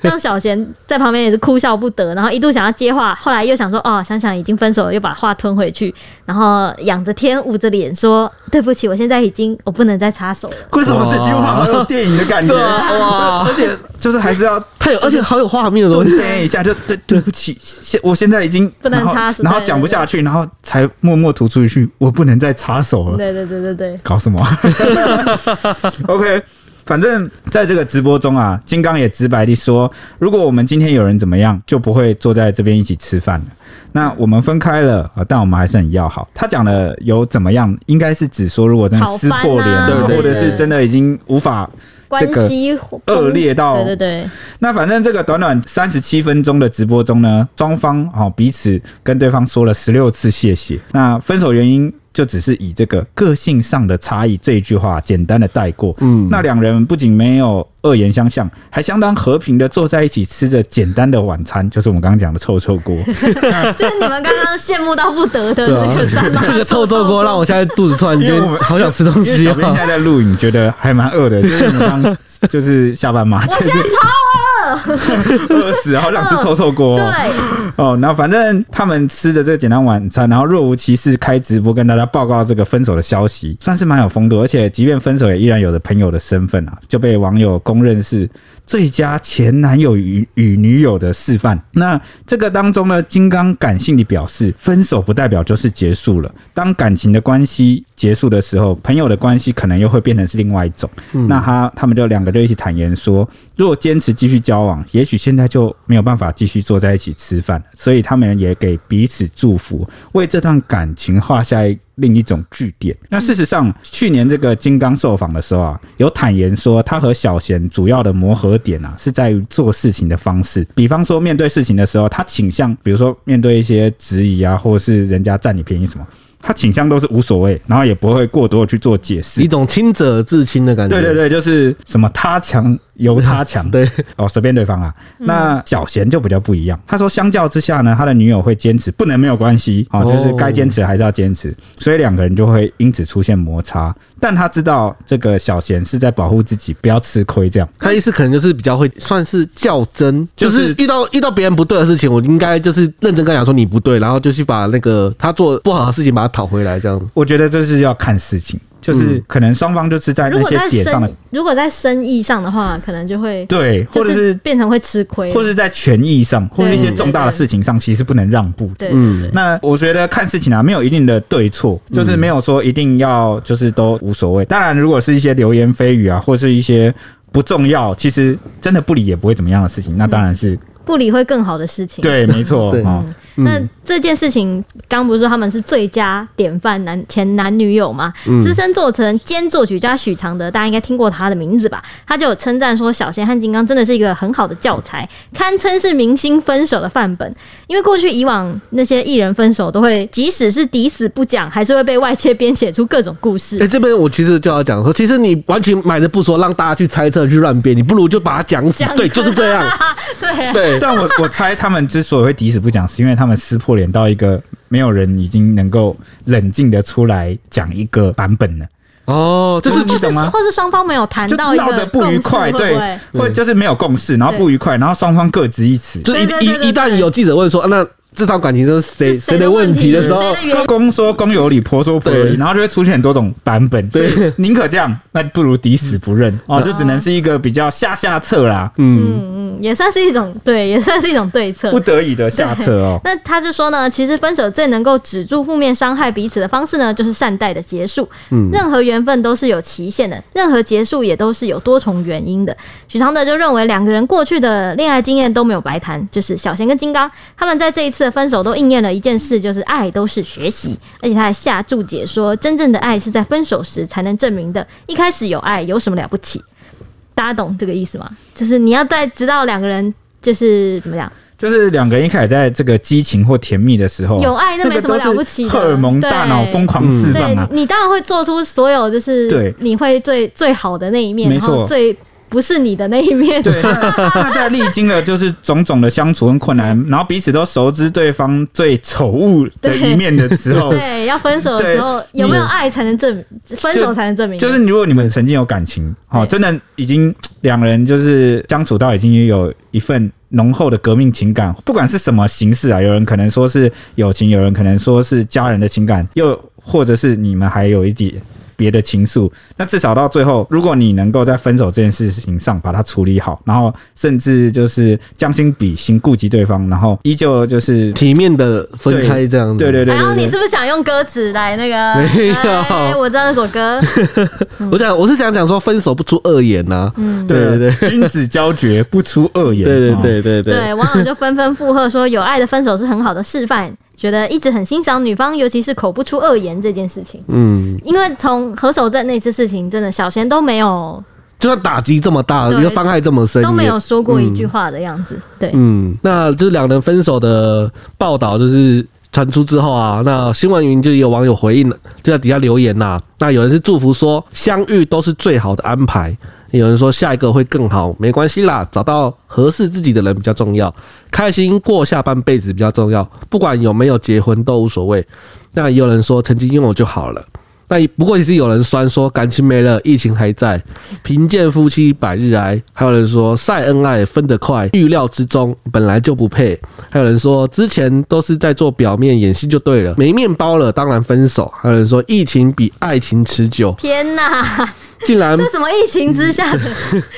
Speaker 2: 让小贤在旁边也是哭笑不得，然后一度想要接话，后来又想说哦，想想已经分手了，又把话吞回去，然后仰着天捂着脸说对不起，我现在已经我不能再插手了。
Speaker 3: 为什么这句话好有电影的感觉？
Speaker 1: 对啊，哇，
Speaker 3: 而且就是还是要
Speaker 1: 太有，而且好有画面的哦东西。
Speaker 3: 顿呆一下，就对对不起，现我现在已经
Speaker 2: 不能
Speaker 3: 然后
Speaker 2: 插手
Speaker 3: 然后
Speaker 2: 对
Speaker 3: 讲不
Speaker 2: 对对
Speaker 3: 下去，然后才默默吐哦出一句：“我不能再插手了。
Speaker 2: 对对对对对。
Speaker 3: 搞什么 ？OK，反正在这个直播中啊，金刚也直白地说，如果我们今天有人怎么样，就不会坐在这边一起吃饭了。那我们分开了啊，但我们还是很要好。他讲的有怎么样，应该是指说，如果真的撕破脸、
Speaker 1: 吵翻啊
Speaker 3: 或者
Speaker 1: 对对
Speaker 3: 是
Speaker 1: 对
Speaker 3: 真的已经无法这
Speaker 2: 关
Speaker 3: 个
Speaker 2: 系
Speaker 3: 恶劣到
Speaker 2: 对对对，
Speaker 3: 那反正这个短短三十七分钟的直播中呢，双方哦彼此跟对方说了十六次谢谢。那分手原因就只是以这个个性上的差异这一句话简单的带过。
Speaker 1: 嗯
Speaker 2: 啊
Speaker 3: 那两人不仅没有恶言相向，还相当和平的坐在一起吃着简单的晚餐，就是我们刚刚讲的臭臭锅。
Speaker 2: 就是你们刚刚羡慕到不得的
Speaker 1: 对
Speaker 2: 那个三
Speaker 1: 啊
Speaker 2: 妈，
Speaker 1: 这个臭臭锅让我现在肚子突然
Speaker 3: 因为
Speaker 1: 间
Speaker 3: 我们
Speaker 1: 好想吃东
Speaker 3: 因为
Speaker 1: 西
Speaker 3: 小编现
Speaker 1: 啊！
Speaker 3: 在在录影，觉得还蛮饿的，就是你们刚就是下班嘛，
Speaker 2: 我现在超饿，
Speaker 3: 饿死，好想吃臭臭锅、哦。
Speaker 2: 对，
Speaker 3: 哦，那反正他们吃着这个简单晚餐，然后若无其事开直播跟大家报告这个分手的消息，算是蛮有风度。而且即便分手，也依然有着朋友的身份啊，就被网友公认是最佳前男友与与女友的示范。那这个当中呢，金刚感性地表示，分手不代表就是结束了。当感情的关系结束的时候，朋友的关系可能又会变成是另外一种。那他他们就两个就一起坦言说，如果坚持继续交往，也许现在就没有办法继续坐在一起吃饭了。所以他们也给彼此祝福，为这段感情画下一另一种句点。那事实上，去年这个金刚受访的时候啊，有坦言说，他和小贤主要的磨合点啊，是在于做事情的方式。比方说，面对事情的时候，他倾向，比如说面对一些质疑啊，或是人家占你便宜什么。他倾向都是无所谓，然后也不会过多的去做解释
Speaker 1: 一。种亲者自亲的感觉。
Speaker 3: 对对对，就是什么他强由他强，
Speaker 1: 对，
Speaker 3: 哦，随便对方啊。
Speaker 2: 嗯
Speaker 3: 那小贤就比较不一样，他说相较之下呢，他的女友会坚持不能没有关系哦，就是
Speaker 1: 哦
Speaker 3: 该坚持还是要坚持，所以两个人就会因此出现摩擦。但他知道这个小贤是在保护自己，不要吃亏这样。
Speaker 1: 他意思可能就是比较会算是较真，就
Speaker 3: 就是
Speaker 1: 是遇到遇到别人不对的事情，我应该就是认真跟他讲说你不对，然后就去把那个他做不好的事情把他讨回来，这
Speaker 2: 嗯
Speaker 1: 样。
Speaker 3: 我觉得这是要看事情，就是
Speaker 1: 嗯
Speaker 3: 可能双方就是在
Speaker 2: 如
Speaker 3: 那
Speaker 2: 果
Speaker 3: 些
Speaker 2: 在
Speaker 3: 点上的
Speaker 2: 生如果在生意上的话，可能就会
Speaker 3: 对，或
Speaker 2: 就
Speaker 3: 者
Speaker 2: 是
Speaker 3: 是
Speaker 2: 变成会吃亏，
Speaker 3: 或者是在权益上，或者一些重大的事情上，其实不能让步的。
Speaker 2: 对，
Speaker 1: 嗯
Speaker 3: 那我觉得看事情啊，没有一定的对错，就是没有说一定要就是都无所谓。当然，如果是一些流言蜚语啊，或是一些不重要，其实真的不理也不会怎么样的事情，那当然是、
Speaker 2: 不理会更好的事情。
Speaker 3: 对，没错
Speaker 1: 对
Speaker 3: 哦。
Speaker 2: 那这件事情，刚不是说他们是最佳典范男前男女友吗？资深作词人兼作曲家许常德，大家应该听过他的名字吧？他就有称赞说，小贤和金刚真的是一个很好的教材，堪称是明星分手的范本。因为过去以往那些艺人分手都会，即使是抵死不讲，还是会被外界编写出各种故
Speaker 1: 哎、
Speaker 2: 事。
Speaker 1: 这边我其实就要讲说，其实你完全买着不说，让大家去猜测、去乱编，你不如就把它讲死
Speaker 2: 讲。
Speaker 1: 对，就是这 样。
Speaker 2: 对，啊
Speaker 1: 对，
Speaker 3: 但我 我猜他们之所以会抵死不讲，是因为他们撕破脸到一个没有人已经能够冷静的出来讲一个版本了。
Speaker 1: 哦，就
Speaker 3: 就是是你懂吗？
Speaker 2: 或是双方没有谈
Speaker 3: 就
Speaker 2: 到一
Speaker 3: 闹
Speaker 2: 个
Speaker 3: 得不愉快，
Speaker 2: 共识会不
Speaker 3: 对
Speaker 2: 会，
Speaker 1: 对
Speaker 3: 或就是没有共识，然后不愉快，然后双方各执一词。
Speaker 1: 就是一
Speaker 2: 对对对
Speaker 1: 一
Speaker 2: 对
Speaker 1: 一旦有记者问说，啊、那这场感情是谁
Speaker 2: 是
Speaker 1: 谁
Speaker 2: 谁
Speaker 1: 的
Speaker 2: 的
Speaker 1: 问
Speaker 2: 问
Speaker 1: 题
Speaker 2: 题
Speaker 1: 的时候
Speaker 2: 谁，的原因？
Speaker 3: 公说公有理，婆说婆有
Speaker 1: 对
Speaker 3: 理，然后就会出现很多种版本。
Speaker 1: 对
Speaker 3: 所以宁可这样，那不如抵死不认哦，就只能是一个比较下下策啦，
Speaker 1: 嗯，
Speaker 2: 嗯嗯，也算是一种对，也算是一种对策
Speaker 3: 不。得已的下策哦。
Speaker 2: 那他就说呢，其实分手最能够止住负面伤害彼此的方式呢，就是善待的结束。
Speaker 1: 嗯
Speaker 2: 任何缘分都是有期限的，任何结束也都是有多重原因的。许常德就认为两个人过去的恋爱经验都没有白谈，就是小贤跟金刚他们在这一次的分手都应验了一件事，就是爱都是学习。而且他还下注解说，真正的爱是在分手时才能证明的，一开始有爱有什么了不起？大家懂这个意思吗？就是你要在知道两个人就是怎么讲。
Speaker 3: 就是两个人一开始在这个激情或甜蜜的时候啊，
Speaker 2: 有爱那
Speaker 3: 那
Speaker 2: 没
Speaker 3: 个
Speaker 2: 什么
Speaker 3: 都是
Speaker 2: 了不起的
Speaker 3: 荷尔蒙大脑
Speaker 2: 对
Speaker 3: 疯狂释放啊
Speaker 2: 对，你当然会做出所有就是
Speaker 3: 对
Speaker 2: 你会最最好的那一面，
Speaker 3: 没
Speaker 2: 然后
Speaker 3: 错
Speaker 2: 最不是你的那一面。
Speaker 3: 对，那那在历经了就是种种的相处跟困难，然后彼此都熟知对方最丑恶的一面的时候，
Speaker 2: 对，要分手的时候
Speaker 3: 对
Speaker 2: 有没有
Speaker 3: 你
Speaker 2: 爱才能证明，分手才能证明。
Speaker 3: 就是如果你们曾经有感情，哦，
Speaker 2: 对
Speaker 3: 真的已经两个人就是相处到已经有一份浓厚的革命情感，不管是什么形式啊，有人可能说是友情，有人可能说是家人的情感，又或者是你们还有一点别的情愫。那至少到最后，如果你能够在分手这件事情上把它处理好，然后甚至就是将心比心，顾及对方，然后依旧就是
Speaker 1: 体面的分开这样子。
Speaker 3: 对对对
Speaker 2: 然后
Speaker 3: 对
Speaker 2: 你
Speaker 3: 对
Speaker 2: 是不是想用歌词来那个？
Speaker 1: 没有
Speaker 2: 哎我知道那首歌。
Speaker 1: 我讲我是想讲说分手不出恶言呐、
Speaker 2: 嗯，
Speaker 1: 对对对
Speaker 3: 对，君子交绝不出恶言。
Speaker 1: 对对
Speaker 3: 哦
Speaker 1: 对对对。
Speaker 2: 对，网友就纷纷附和说，有爱的分手是很好的示范，觉得一直很欣赏女方，尤其是口不出恶言这件事情。
Speaker 1: 嗯，
Speaker 2: 因为从何守正那次事情，真的小贤都没有
Speaker 1: 就算打击这么大，
Speaker 2: 对
Speaker 1: 又伤害这么深，
Speaker 2: 都没
Speaker 1: 也
Speaker 2: 有说过一
Speaker 3: 嗯
Speaker 2: 句话的样子。对，
Speaker 1: 嗯，那就是两人分手的报道，就是传出之后啊，那新闻云就有网友回应了，就在底下留言呐、那有人是祝福说相遇都是最好的安排，有人说下一个会更好，没关系啦，找到合适自己的人比较重要，开心过下半辈子比较重要，不管有没有结婚都无所谓。那也有人说曾经拥有就好了。那也不过也是有人酸说感情没了，疫情还在，贫贱夫妻百日哀。还有人说晒恩爱分得快，预料之中，本来就不配。还有人说之前都是在做表面演戏就对了，没面包了当然分手。还有人说疫情比爱情持久，
Speaker 2: 天哪，
Speaker 1: 竟然
Speaker 2: 这什么疫情之下的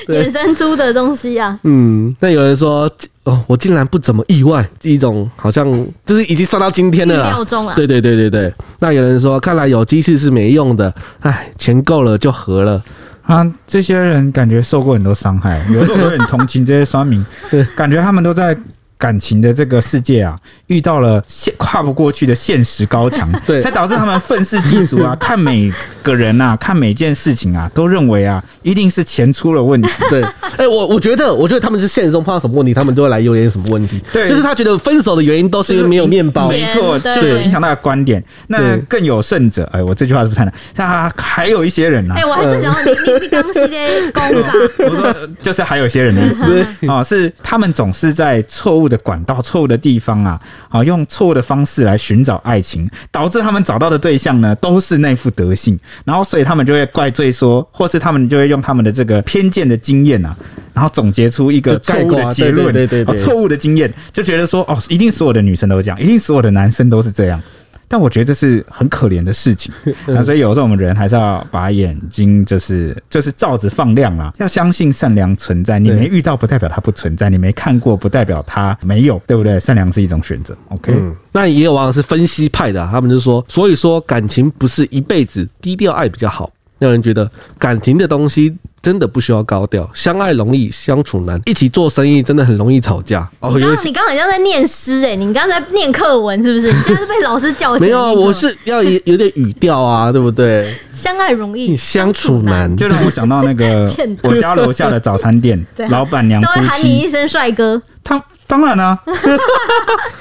Speaker 2: 衍生出的东西啊？
Speaker 1: 嗯，那有人说哦，我竟然不怎么意外，一种好像就是已经算到今天
Speaker 2: 意
Speaker 1: 了啦。
Speaker 2: 料中啊。
Speaker 1: 对对对对对，那有人说，看来有鸡翅是没用的，哎，钱够了就合 了。
Speaker 3: 啊，这些人感觉受过很多伤害，有 时候我有点同情这些酸民
Speaker 1: 对，，
Speaker 3: 感觉他们都在感情的这个世界啊，遇到了现跨不过去的现实高墙
Speaker 1: 对
Speaker 3: 才导致他们愤世嫉俗啊， 看每个人啊，看每件事情啊，都认为啊，一定是钱出了问题。
Speaker 1: 对，哎、我我觉得，我觉得他们是现实中碰到什么问题，他们都会来留言什么问题。
Speaker 3: 对
Speaker 1: 就是他觉得分手的原因都是因为没有面包。
Speaker 3: 没错，
Speaker 2: 对
Speaker 3: 就是影响他的观点。那
Speaker 1: 对
Speaker 3: 更有甚者，哎，我这句话是不是太难？那还有一些人啊
Speaker 2: 哎、，我还是想要你，你你刚 是在攻啥？
Speaker 3: 我说就是还有些人的意思。
Speaker 1: 对
Speaker 3: 啊、是他们总是在错误的管道、错误的地方啊，啊、用错误的方式来寻找爱情，导致他们找到的对象呢都是那副德性，然后所以他们就会怪罪说，或是他们就会用他们的这个偏见的经验啊，然后总结出一个
Speaker 1: 就错
Speaker 3: 错误
Speaker 1: 过
Speaker 3: 的
Speaker 1: 啊
Speaker 3: 结
Speaker 1: 对对
Speaker 3: 论，
Speaker 1: 对对
Speaker 3: 哦
Speaker 1: 对
Speaker 3: 错误的经验，就觉得说哦，一定所有的女生都这样，一定所有的男生都是这样。但我觉得这是很可怜的事 情，那所以有时候我们人还是要把眼睛就是就是罩子放亮啦，要相信善良存在。你
Speaker 1: 对
Speaker 3: 没遇到不代表它不存在，你没看过不代表它没有，对不对？善良是一种选择。OK，、
Speaker 1: 嗯，那也有网友是分析派的啊、他们就说，所以说感情不是一辈子低调爱比较好。让人觉得感情的东西真的不需要高调，相爱容易相处难，一起做生意真的很容易吵架。哦，
Speaker 2: 刚
Speaker 1: 有一
Speaker 2: 刚
Speaker 1: 些
Speaker 2: 你刚刚好像在念诗哎、你刚刚在念课文是不是？你现在是被老师叫停
Speaker 1: 没
Speaker 2: 那
Speaker 1: 有
Speaker 2: 个
Speaker 1: 啊，
Speaker 2: 吗？
Speaker 1: 我是要有有点语调啊，对不对？
Speaker 2: 相爱容易
Speaker 1: 相处难，
Speaker 3: 就让我想到那个
Speaker 2: 欠打
Speaker 3: 我家楼下的早餐店
Speaker 2: 对啊
Speaker 3: 老板娘
Speaker 2: 都
Speaker 3: 夫
Speaker 2: 会喊你
Speaker 3: 妻
Speaker 2: 一，声帅哥，
Speaker 3: 他当然啊，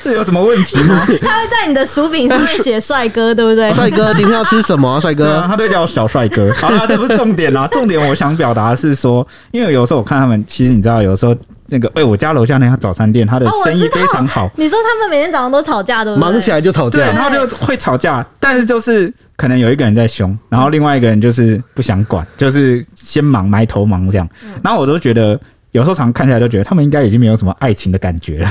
Speaker 3: 这有什么问题吗？
Speaker 2: 他会在你的薯饼上面写帅哥，对 不对？
Speaker 1: 帅哥今天要吃什么啊、帅
Speaker 3: 对啊，
Speaker 1: 哥，
Speaker 3: 他都叫我小帅 哥。好啊啦，这不是重点 啦，重点我想表达的是说，因为有时候我看他们，其实你知道，有时候那个，哎、我家楼下那家早餐店，他的
Speaker 2: 哦我
Speaker 3: 生
Speaker 2: 知
Speaker 3: 意
Speaker 2: 道
Speaker 3: 非常好，
Speaker 2: 你说他们每天早上都吵架，对不对？
Speaker 1: 忙起来就吵
Speaker 3: 对，
Speaker 1: 架
Speaker 3: 然。后就会吵架，但是就是可能有一个人在凶，然后另外一个人就是不想管，就是先忙埋头忙这样。
Speaker 1: 嗯
Speaker 3: 然后我都觉得。有时候常看起来都觉得他们应该已经没有什么爱情的感觉 了，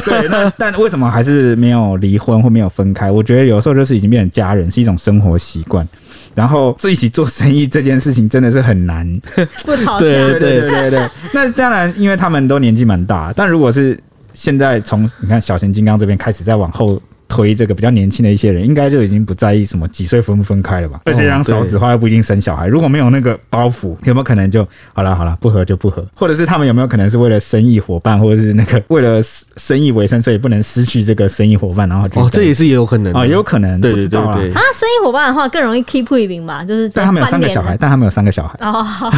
Speaker 3: 对。那但为什么还是没有离婚或没有分开？我觉得有时候就是已经变成家人，是一种生活习惯。然后一起做生意这件事情真的是很难，
Speaker 2: 不吵架，
Speaker 1: 对
Speaker 3: 对哦对对对对。那当然，因为他们都年纪蛮大，但如果是现在从你看小型金刚这边开始再往后。推这个比较年轻的一些人，应该就已经不在意什么几岁分不分开了吧？哦而且这张少子化又不一定生小孩，如果没有那个包袱，有没有可能就好了？好了，不合就不合，或者是他们有没有可能是为了生意伙伴，或者是那个为了生意为生，所以不能失去这个生意伙伴，然后就
Speaker 1: 哦，这也是也有可能的
Speaker 3: 啊、有可能
Speaker 1: 对
Speaker 3: 不
Speaker 1: 对
Speaker 3: 知道啦
Speaker 1: 对对
Speaker 2: 啊，生意伙伴的话更容易 keep 一名吧，就是啊
Speaker 3: 但他们有三个小孩，但他们有三个 小孩，
Speaker 2: 哦，好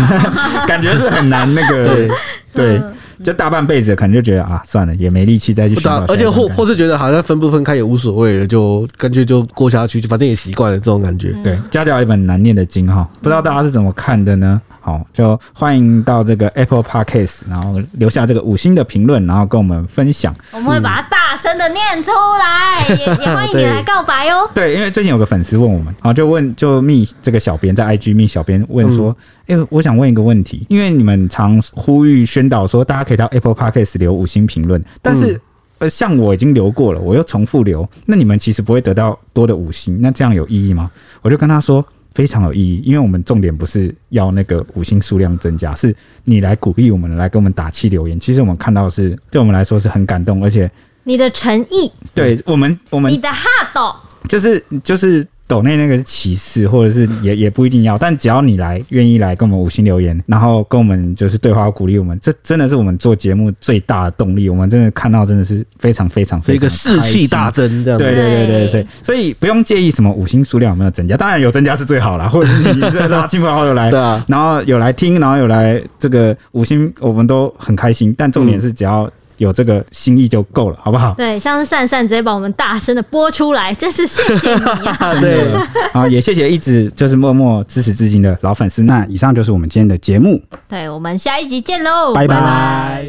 Speaker 3: 感觉是很难那个
Speaker 1: 对，
Speaker 3: 对，这大半辈子可能就觉得啊，算了，也没力气再去
Speaker 1: 不
Speaker 3: 寻
Speaker 1: 知
Speaker 3: 找下一
Speaker 1: 道
Speaker 3: 段感情。
Speaker 1: 而且或或是觉得好像分不分开也无所谓了，就干脆就过下去，就反正也习惯了这种感觉。
Speaker 3: 对，家教有一本难念的经哈，不知道大家是怎么看的呢？好，就欢迎到这个 Apple Podcast，然后留下这个五星的评论，然后跟我们分享。
Speaker 2: 我们会把它大声的念出来，也也 欢迎你来告白哦。
Speaker 3: 对，因为最近有个粉丝问我们，啊，就问就密这个小编在 IG 密小编问说，哎、我想问一个问题，因为你们常呼吁宣导说，大家可以到 Apple Podcast 留五星评论，但是、呃，像我已经留过了，我又重复留，那你们其实不会得到多的五星，那这样有意义吗？我就跟他说。非常有意义，因为我们重点不是要那个五星数量增加，是你来鼓励我们，来给我们打气留言。其实我们看到的是对我们来说是很感动，而且
Speaker 2: 你的诚意，
Speaker 3: 对我们我们
Speaker 2: 你的哈斗，
Speaker 3: 就是就是抖内那个是其次，或者是也也不一定要，但只要你来愿意来跟我们五星留言，然后跟我们就是对话鼓励我们，这真的是我们做节目最大的动力。我们真的看到真的是非常非常
Speaker 1: 所以
Speaker 3: 非
Speaker 1: 一个
Speaker 3: 常
Speaker 1: 士气大
Speaker 3: 开心
Speaker 1: 增这样。
Speaker 3: 嗯对对对对，
Speaker 2: 对
Speaker 3: 所以所以不用介意什么五星数量有没有增加，当然有增加是最好啦，或者是你这拉亲朋好友来
Speaker 1: 对啊，
Speaker 3: 然后有来听，然后有来这个五星，我们都很开心。但重点是只要有这个心意就够了，好不好？
Speaker 2: 对，像是善善直接把我们大声的播出来，真是谢谢 你啊！
Speaker 1: 对
Speaker 3: 对，啊，也谢谢一直就是默默支持至今的老粉丝。那以上就是我们今天的节目，
Speaker 2: 对，我们下一集见喽，
Speaker 3: 拜拜